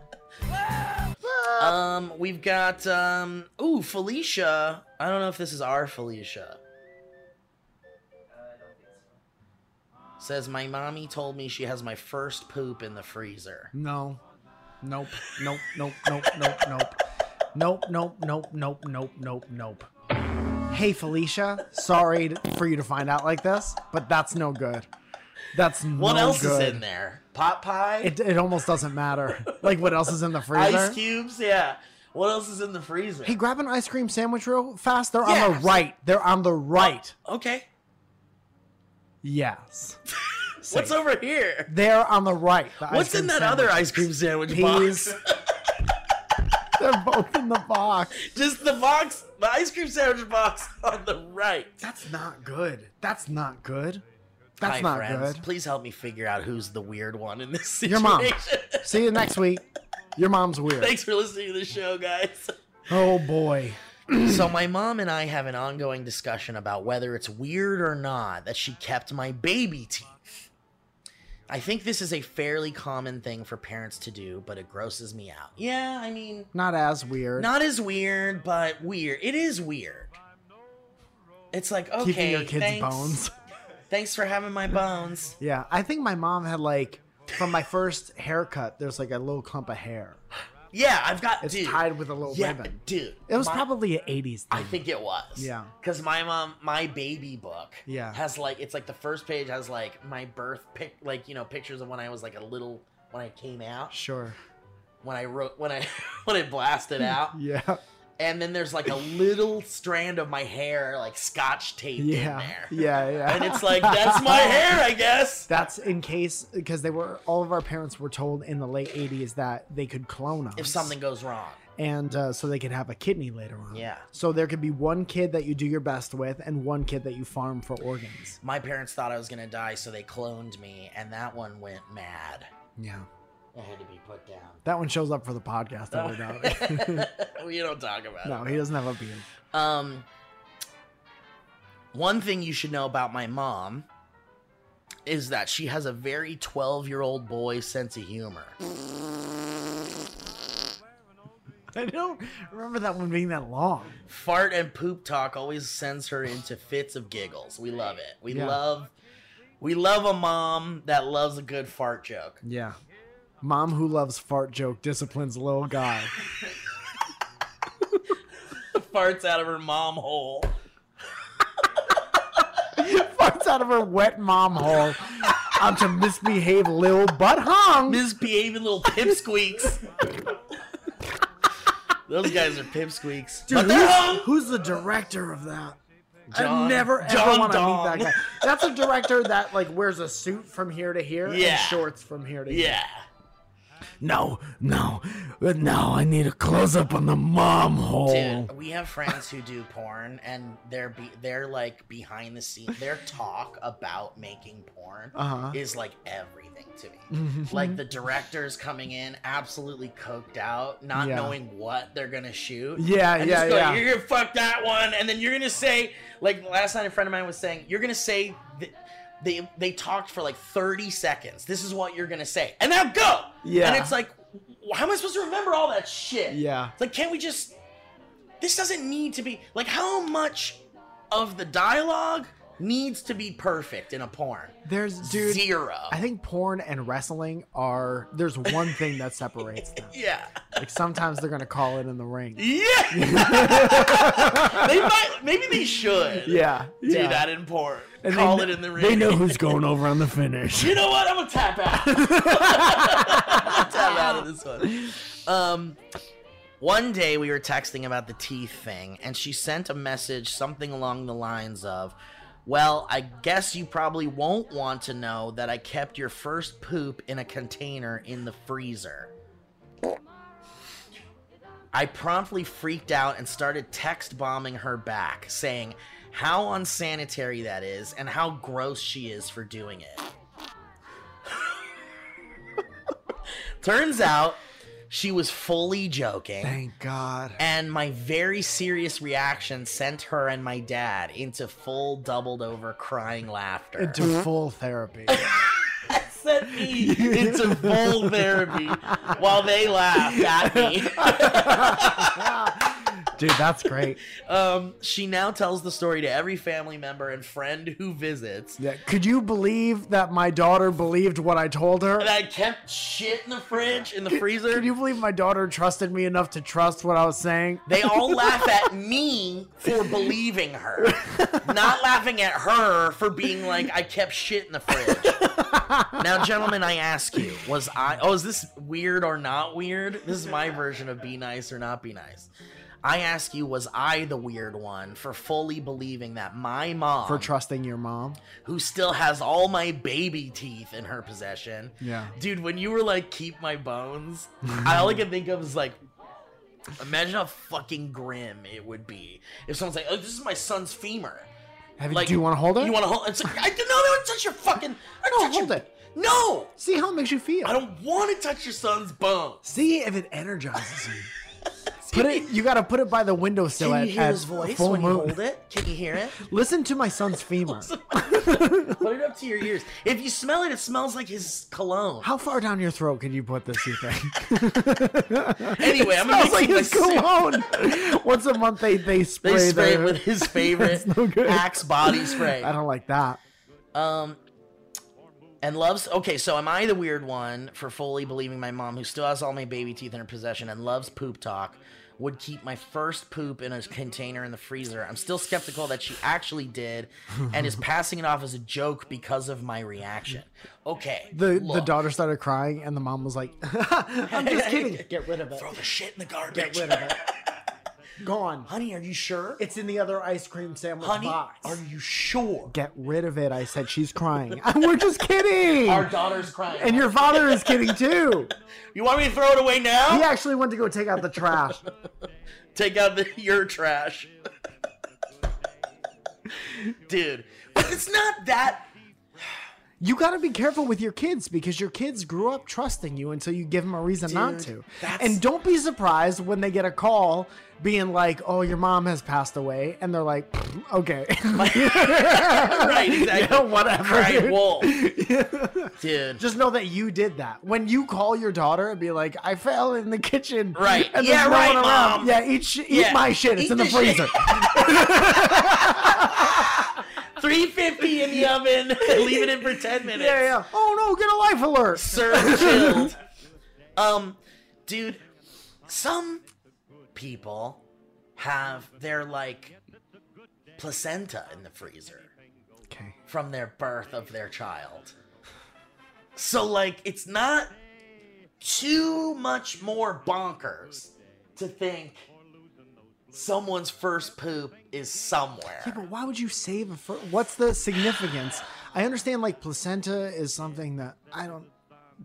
um we've got um ooh Felicia. I don't know if this is our Felicia. Says my mommy told me she has my first poop in the freezer. No, nope, nope, nope, nope, nope, nope, nope, nope, nope, nope, nope, nope, nope. Hey Felicia, sorry t- for you to find out like this, but that's no good. That's no What else good. is in there? Pot pie? It, it almost doesn't <laughs> matter. Like what else is in the freezer? ice cubes? Yeah. What else is in the freezer? Hey, grab an ice cream sandwich real fast. They're on the Yes. right. They're on the right. okay. Yes. What's over here? They're on the right. the ice What's in cream that sandwich. other ice cream sandwich Peas. box? <laughs> They're both in the box. Just the box, the ice cream sandwich box on the right. That's not good. That's not good. That's not good. Please help me figure out who's the weird one in this situation. <laughs> Your mom. See you next week. Your mom's weird. <clears throat> Thanks for listening to the show, guys. Oh boy. so my mom and I have an ongoing discussion about whether it's weird or not that she kept my baby teeth. I think this is a fairly common thing for parents to do, but it grosses me out. Yeah, I mean, Not as weird. not as weird, but weird. It is weird. It's like okay, Keeping your kids' thanks, bones. Thanks for having my bones. Yeah, I think my mom had like from my first haircut. There's like a little clump <gasps> of hair. Yeah, I've got It's dude. tied with a little yeah, ribbon. dude. It was my- probably an '80s thing. I think it was. Yeah. Because my mom, my baby book, Yeah. has like it's like the first page has like my birth pic, like you know pictures of when I was like a little when I came out, Sure. when I wrote, when I <laughs> when I blasted <laughs> out, <laughs> Yeah. and then there's like a little strand of my hair like scotch taped in Yeah. there, <laughs> Yeah. Yeah. and it's <laughs> like that's <laughs> my hair, I guess. That's in case because they were all of our parents were told in the late '80s that they could clone us If something goes wrong, and uh, so they could have a kidney later on. Yeah. So there could be one kid that you do your best with and one kid that you farm for organs. my parents thought I was gonna die, so they cloned me, and that one went mad. Yeah. I had to be put down. <laughs> That one shows up for the podcast. I no <laughs> doubt. we don't talk about it. no, he doesn't have a beard. Um, one thing you should know about my mom is that she has a very 12 year old boy sense of humor. I don't remember that one being that long. Fart and poop talk always sends her <laughs> into fits of giggles. We love it. We Yeah. love. We love a mom that loves a good fart joke. Yeah. Mom who loves fart joke disciplines little guy. Farts out of her mom hole. <laughs> Farts out of her wet mom hole onto misbehave lil butt hung. Misbehaving little pipsqueaks. Those guys are pipsqueaks. Dude, but they're who's, hung. who's the director of that? I John- never ever John want to Dong. meet that guy. That's a director that like wears a suit from here to here Yeah. and shorts from here to here. Yeah. No, no, no! I need a close up on the mom hole. Dude, we have friends who do porn, and they're be- they're like behind the scene. Their talk about making porn Uh-huh. is like everything to me. like the directors coming in absolutely coked out, not Yeah. knowing what they're gonna shoot. Uh, Yeah, and yeah, just go, yeah. You're gonna fuck that one, and then you're gonna say like last night a friend of mine was saying you're gonna say. Th- they, they talked for like 30 seconds. This is what you're gonna say, and now go. Yeah. And it's like, how am I supposed to remember all that shit? Yeah. It's like, can't we just. This doesn't need to be. Like, how much of the dialogue needs to be perfect in a porn? There's dude. Zero. I think porn and wrestling are there's one thing that separates them. yeah. <laughs> Like sometimes they're gonna call it in the ring. <laughs> Yeah. they might. Maybe they should. Yeah, Do yeah. that in porn. And they Call kn- it in the ring. <laughs> They know who's going over on the finish. You know what? I'm gonna tap out. tap out of this one. <laughs> Um, one day we were texting about the teeth thing, and she sent a message something along the lines of, "Well, I guess you probably won't want to know that I kept your first poop in a container in the freezer." I promptly freaked out and started text bombing her back, saying how unsanitary that is and how gross she is for doing it. <laughs> Turns out she was fully joking, Thank God. and my very serious reaction sent her and my dad into full doubled over crying laughter Into full therapy. <laughs> sent <laughs> me into full therapy while they laughed at <laughs> me. Dude, that's great. um, she now tells the story to every family member and friend who visits. Yeah. Could you believe that my daughter believed what I told her? And I kept shit in the fridge, in the freezer. Can you believe my daughter trusted me enough to trust what I was saying? <laughs> They all laugh at me for believing her, not laughing at her for being like, I kept shit in the fridge. now, gentlemen, I ask you, was I, oh, is this weird or not weird? This is my version of be nice or not be nice. I ask you, was I the weird one for fully believing that my mom, For trusting your mom. who still has all my baby teeth in her possession, Yeah. Dude, when you were like, keep my <laughs> bones, I all I can think of is like, imagine how fucking grim it would be if someone's like, oh, this is my son's femur. Have you, Like, do you want to hold it? You want to hold? It's like, I no, no, don't touch your fucking. I don't No, touch hold your- it. No, See how it makes you feel. I don't want to touch your son's bones. <laughs> See if it energizes you. Put it. You gotta put it by the windowsill Can at, you hear at his voice full when you moon. hold it? Can you hear it? Listen to <laughs> my son's femur. Put it up to your ears. If you smell it, it smells like his cologne. How far down your throat can you put this? <laughs> You think? <laughs> Anyway, I'm gonna Smells make like you his a soup. cologne. <laughs> Once a month they they spray, They spray it their- with <laughs> his favorite no good. Axe body spray. I don't like that. Um, and loves. Okay, so am I the weird one for fully believing my mom, who still has all my baby teeth in her possession and loves poop talk, would keep my first poop in a container in the freezer? I'm still skeptical that she actually did, and <laughs> is passing it off as a joke because of my reaction. Okay, The the look. <laughs> daughter started crying and the mom was like, <laughs> "I'm just kidding. Get rid of it. Throw the shit in the garbage. Get rid of it. Gone. Honey, are you sure? It's in the other ice cream sandwich Honey, box. are you sure? Get rid of it. I said she's crying. <laughs> We're just kidding. Our daughter's crying. and your father is kidding too. you want me to throw it away now? He actually went to go take out the trash. Take out the, your trash. <laughs> Dude, but it's not that. You got to be careful with your kids because your kids grew up trusting you until you give them a reason not Dude, to. that's- And don't be surprised when they get a call being like, "Oh, your mom has passed away," and they're like, "Pfft, "Okay, Right, exactly. <laughs> Yeah, whatever." Cry dude. <laughs> wolf. Dude. Just know that you did that. When you call your daughter and be like, "I fell in the kitchen," Right. And Yeah, there's no right, one around. Mom. Yeah, eat sh- Yeah. eat my shit. It's Eat in the the shit. <laughs> freezer. 350 in the <laughs> oven. <laughs> Leave it in for 10 minutes. yeah, yeah. Oh no, get a life alert. Serve chilled. Um, dude, some people have their like placenta in the freezer. Okay. from their birth of their child. So like it's not too much more bonkers to think someone's first poop is Yeah, somewhere. but why would you save a fir- What's the significance? I understand like placenta is something that I don't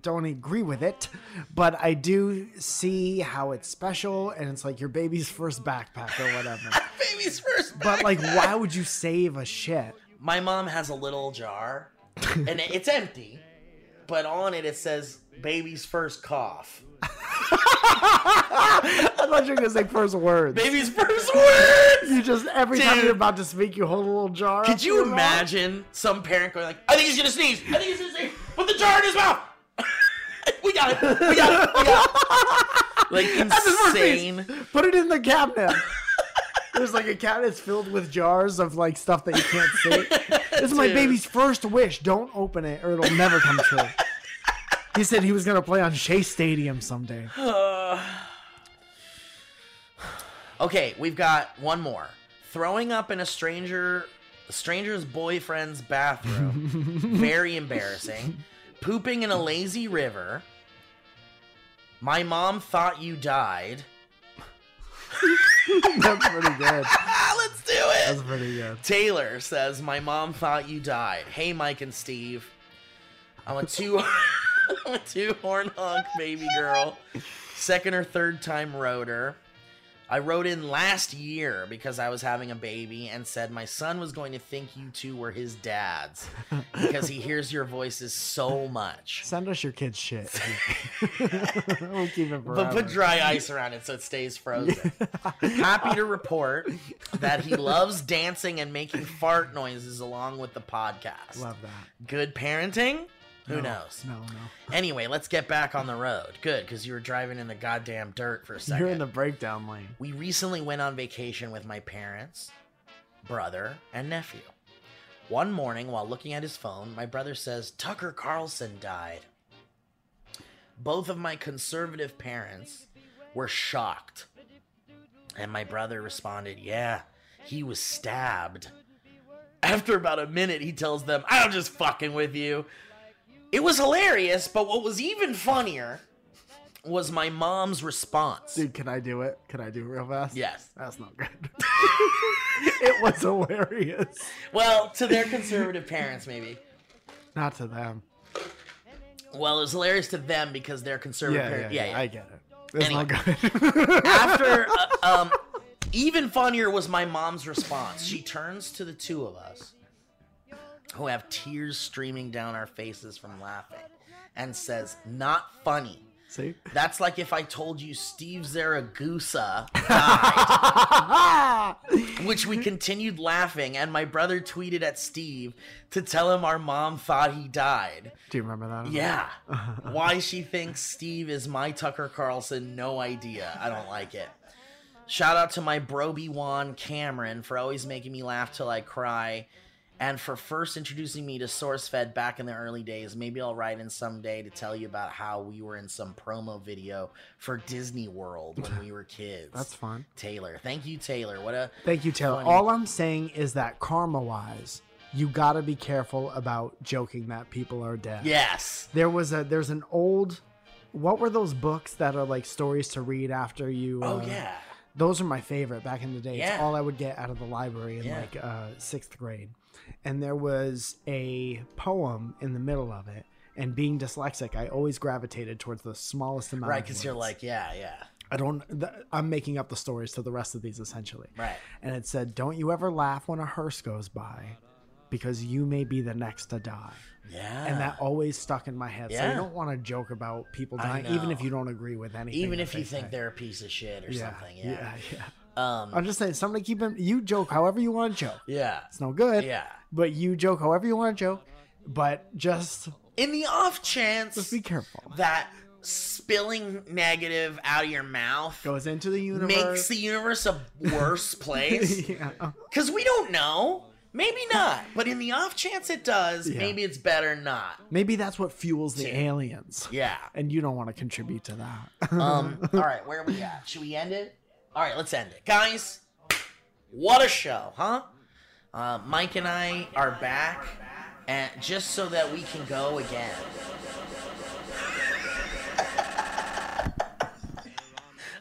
don't agree with it, but I do see how it's special and it's like your baby's first backpack or <laughs> whatever. Baby's first but back- like why would you save a shit? my mom has a little jar and it- it's empty, but on it it says baby's first cough. I thought you were gonna say first words. Baby's first words. you just every time Dude. you're about to speak you hold a little jar. up Could to you your mouth. imagine some parent going like, "I think he's gonna sneeze. I think he's gonna sneeze. Put the jar in his mouth." <laughs> we got it. We got it. We got it. Like <laughs> That's his first piece. insane. Put it in <laughs> the cabinet. There's like a cabinet that's filled with jars of like stuff that you can't see. This is my Dude. baby's first wish. Don't open it or it'll never come true. He said he was gonna play on Shea Stadium someday. <laughs> Okay, we've got one more. Throwing up in a stranger, a stranger's boyfriend's <laughs> bathroom. Very embarrassing. Pooping in a lazy river. My mom thought you died. That's pretty good. Ah, let's do it. That's pretty good. Taylor says, "My mom thought you died." Hey, Mike and Steve, I'm a two, <laughs> I'm a two horn honk baby girl, second or third time roader. I wrote in last year because I was having a baby and said my son was going to think you two were his dads because he hears your voices so much. Send us your <laughs> kids shit. <laughs> we'll keep it But put forever. dry ice around it so it stays <laughs> frozen. Happy to report that he loves dancing and making fart noises along with the podcast. Love that. Good parenting? Who No, knows? No, no. Anyway, let's get back on the road. Good, because you were driving in the goddamn dirt for a 2nd You're in the breakdown lane. we recently went on vacation with my parents, brother, and nephew. One morning, while looking at his phone, my brother says, Tucker Carlson died. Both of my conservative parents were shocked. And my brother responded, Yeah, he was stabbed. After about a minute, he tells them, I'm just fucking with you. It was hilarious, but what was even funnier was my mom's response. Dude, can I do it? Can I do it real fast? Yes. That's not good. <laughs> it was hilarious. Well, <laughs> to their conservative parents, maybe. Not to them. Well, it was hilarious to them because they're conservative Yeah, yeah, parents. yeah, I get it. It's not good. <laughs> After, uh, um, even funnier was my mom's response. She turns to the two of us, who have tears streaming down our faces from laughing, and says, Not funny. <laughs> See? That's like if I told you Steve Zaragoza, which we continued laughing, and my brother tweeted at Steve to tell him our mom thought he died. Do you remember that? <laughs> Yeah. Why she thinks Steve is my Tucker Carlson, no idea. I don't like it. Shout out to my broby Juan Cameron for always making me laugh till I cry and for first introducing me to SourceFed back in the early days. Maybe I'll write in someday to tell you about how we were in some promo video for Disney World when we were kids. That's fun. <laughs> Taylor. Thank you, Taylor. What a Thank you, Taylor. Funny. All I'm saying is that karma wise, you gotta be careful about joking that people are dead. Yes. There was a there's an old what were those books that are like stories to read after you Oh uh, yeah. those are my favorite back in the day. It's Yeah. all I would get out of the library in Yeah. like uh, sixth grade. And there was a poem in the middle of it. And being dyslexic, I always gravitated towards the smallest amount. Right, of because you're words. like, yeah, yeah. I don't. Th- I'm making up the stories to the rest of these essentially. Right. And it said, "Don't you ever laugh when a hearse goes by, because you may be the next to die." Yeah. And that always stuck in my head. So Ah. Yeah. you don't want to joke about people I dying, even if know. you don't agree with anything. even that if they you think say. they're a piece of shit or something. Yeah. yeah, yeah. Um, I'm just saying, somebody keep him. You joke however you want to joke. yeah. It's no good. Yeah. But you joke however you want to joke. But just In the off chance just be careful. that spilling negative out of your mouth Goes into the universe. makes <laughs> the universe a worse place, yeah. because we don't know. Maybe not. But in the off chance it does, Yeah. maybe it's better not. Maybe that's what fuels the Yeah. aliens. Yeah. And you don't want to contribute to that. Um. all right. Where are we at? Should we end it? All right. Let's end it, guys. What a show, huh? Uh, Mike and I are back, and just so that we can go again. <laughs>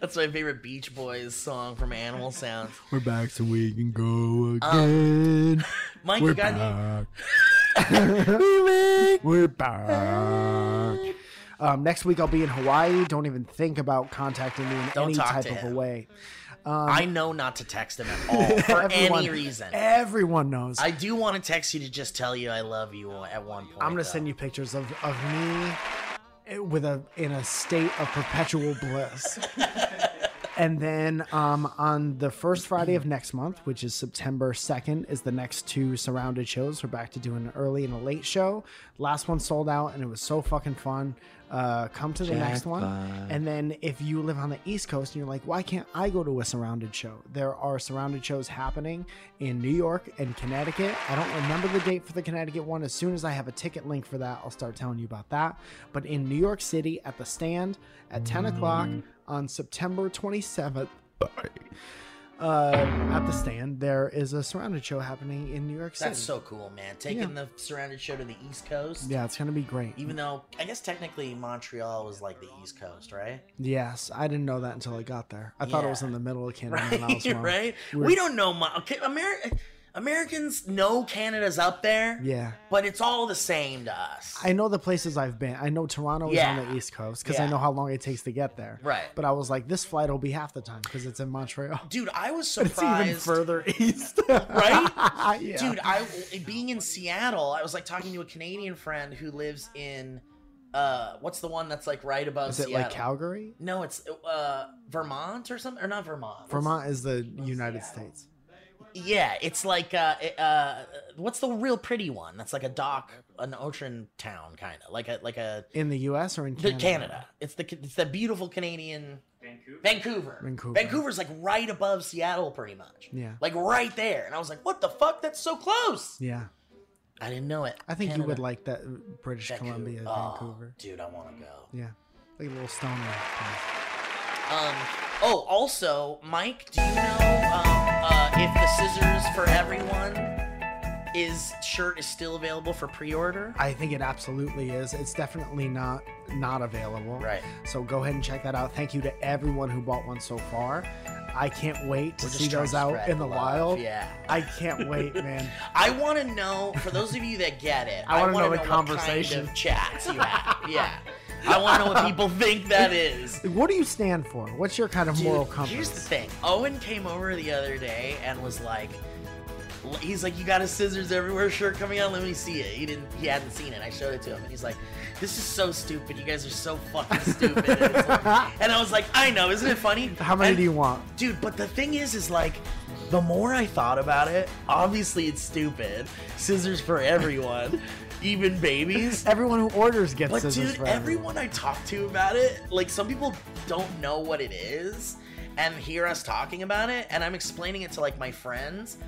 That's my favorite Beach Boys song from Animal Sounds. <laughs> We're back so we can go Um, <laughs> again. <laughs> Mike, We're you got any- back. We're back. Um, next week I'll be in Hawaii. Don't even think about contacting me in Don't any talk type to of a him. way. I know not to text him at <laughs> all for any reason. Everyone knows. I do want to text you to just tell you I love you at one point. I'm gonna though. send you pictures of, of me eh, with a in a state of perpetual bliss. and then um, on the first Friday of next month, which is September 2nd, is the next two surrounded shows. We're back to doing an early and a late show. Last one sold out and it was so fucking fun. Uh, come to the next one. And then if you live on the East Coast and you're like, why can't I go to a surrounded show? There are surrounded shows happening in New York and Connecticut. I don't remember the date for the Connecticut one. As soon as I have a ticket link for that, I'll start telling you about that. But in New York City at the stand at 10 o'clock on September 27th, uh, at the stand, there is a surrounded show happening in New York City. That's so cool, man. Taking the surrounded show to the East Coast. yeah, it's gonna be great. Even though I guess technically Montreal was like the East Coast, right? <laughs> yes, I didn't know that until I got there. I thought it was Yeah. in the middle of Canada. and <laughs> I Right, was wrong. right. We're- We don't know. Mon- okay, Ameri- Americans know Canada's up there, Yeah. but it's all the same to us. I know the places I've been. I know Toronto is on Yeah. the East Coast because I Yeah. know how long it takes to get there. Right. But I was like, this flight will be half the time because it's in Montreal. <laughs> Dude, I was It's even surprised. <laughs> further east. Right? <laughs> yeah. Dude, I being in Seattle, I was like talking to a Canadian friend who lives in uh what's the one that's like right above is it Seattle? like Calgary? No, it's uh Vermont or something or not Vermont. What's- Vermont is the United States. Yeah, it's like uh, it- uh, what's the real pretty one? That's like a dock, an ocean town kind of like a like a In the U.S. or in the Canada? Canada. It's the it's the beautiful Canadian Vancouver. Vancouver. Vancouver. Vancouver's like right above Seattle, pretty much. Yeah. like right there. And I was like, what the fuck? That's so close. Yeah. I didn't know it. I think you would Canada. like that uh, British Columbia, Oh, Vancouver. dude, I want to go. Yeah. Like a little stone. Um. Oh, also, Mike, do you know um, uh, if the scissors for everyone is shirt is still available for pre-order? I think it absolutely is. It's definitely not not available. Right. So go ahead and check that out. Thank you to everyone who bought one so far. I can't wait to We're just see trying those to out spread in the love, wild. Yeah. I <laughs> can't wait, man. I want to know, for those of you that get it, <laughs> I wanna wanna know the what kind conversation. of chats you <laughs> have. Yeah. I want to know what people think that is. What do you stand for? What's your kind of <laughs> moral Dude, Here's the compass? thing Owen came over the other day and was like, he's like, you got his scissors everywhere shirt coming out. Let me see it. He didn't. He hadn't seen it. I showed it to him, and he's like, this is so stupid. You guys are so fucking stupid. <laughs> and, it's like- and I was like, I know, isn't it funny? How many And- do you want? dude but the thing is is like the more i thought about it obviously it's stupid scissors for <laughs> everyone even babies Everyone who orders gets but scissors dude for everyone i talk to about it like some people don't know what it is and hear us talking about it and i'm explaining it to like my friends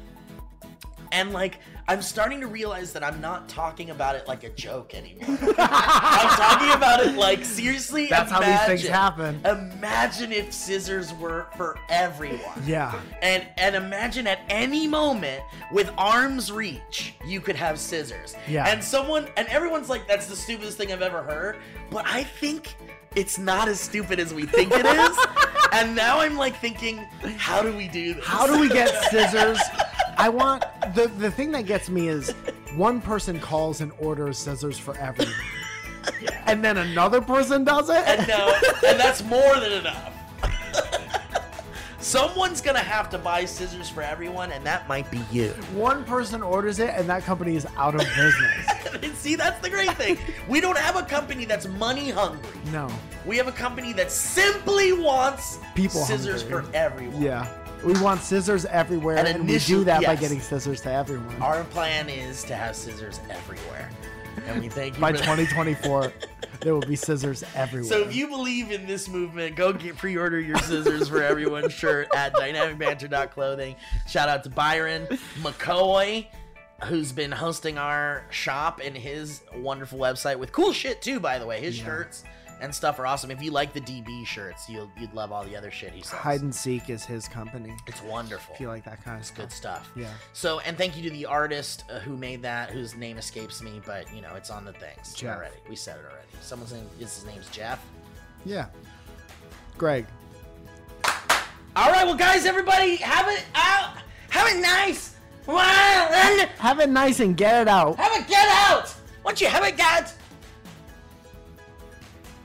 and like i'm starting to realize that i'm not talking about it like a joke <laughs> anymore i'm talking about it like seriously That's how these things imagine- happen. imagine if scissors were for everyone Yeah. and and imagine at any moment with arm's reach you could have scissors. Yeah. And someone and everyone's like, that's the stupidest thing I've ever heard. But I think it's not as stupid as we think it <laughs> is. and now I'm like thinking, how do we do this? How do we get scissors? I want the the thing that gets me is one person calls and orders scissors for everyone. And then another person does it. <laughs> and no, and that's more than enough. <laughs> Someone's gonna have to buy scissors for everyone, and that might be you. <laughs> one person orders it and that company is out of business. See, that's the great thing. We don't have a company that's money hungry. No. We have a company that simply wants People scissors hungry. for everyone. Yeah. We want scissors everywhere And and, we initial- do that by yes. getting scissors to everyone. Our plan is to have scissors everywhere. And we thank you by for that. 2024 there will be scissors everywhere. <laughs> So if you believe in this movement, go get pre-order your scissors for everyone shirt at dynamicbanter.clothing. Shout out to Byron McCoy, who's been hosting our shop and his wonderful website with cool shit too. By the way, his shirts and stuff are awesome. If you like the DB shirts, you'll you'd love all the other shit he sells. Hide and Seek is his company. It's wonderful. If you like that kind of It's good stuff. stuff. Yeah. So, and thank you to the artist uh, who made that, whose name escapes me, but you know, it's on the things Jeff. already. We said it already. Someone's name is his name's Jeff. Yeah. Greg. All right, well, guys, everybody, have it out. Have it nice. Wow, and Have it nice and get it out. All have it get out. Once you have it get.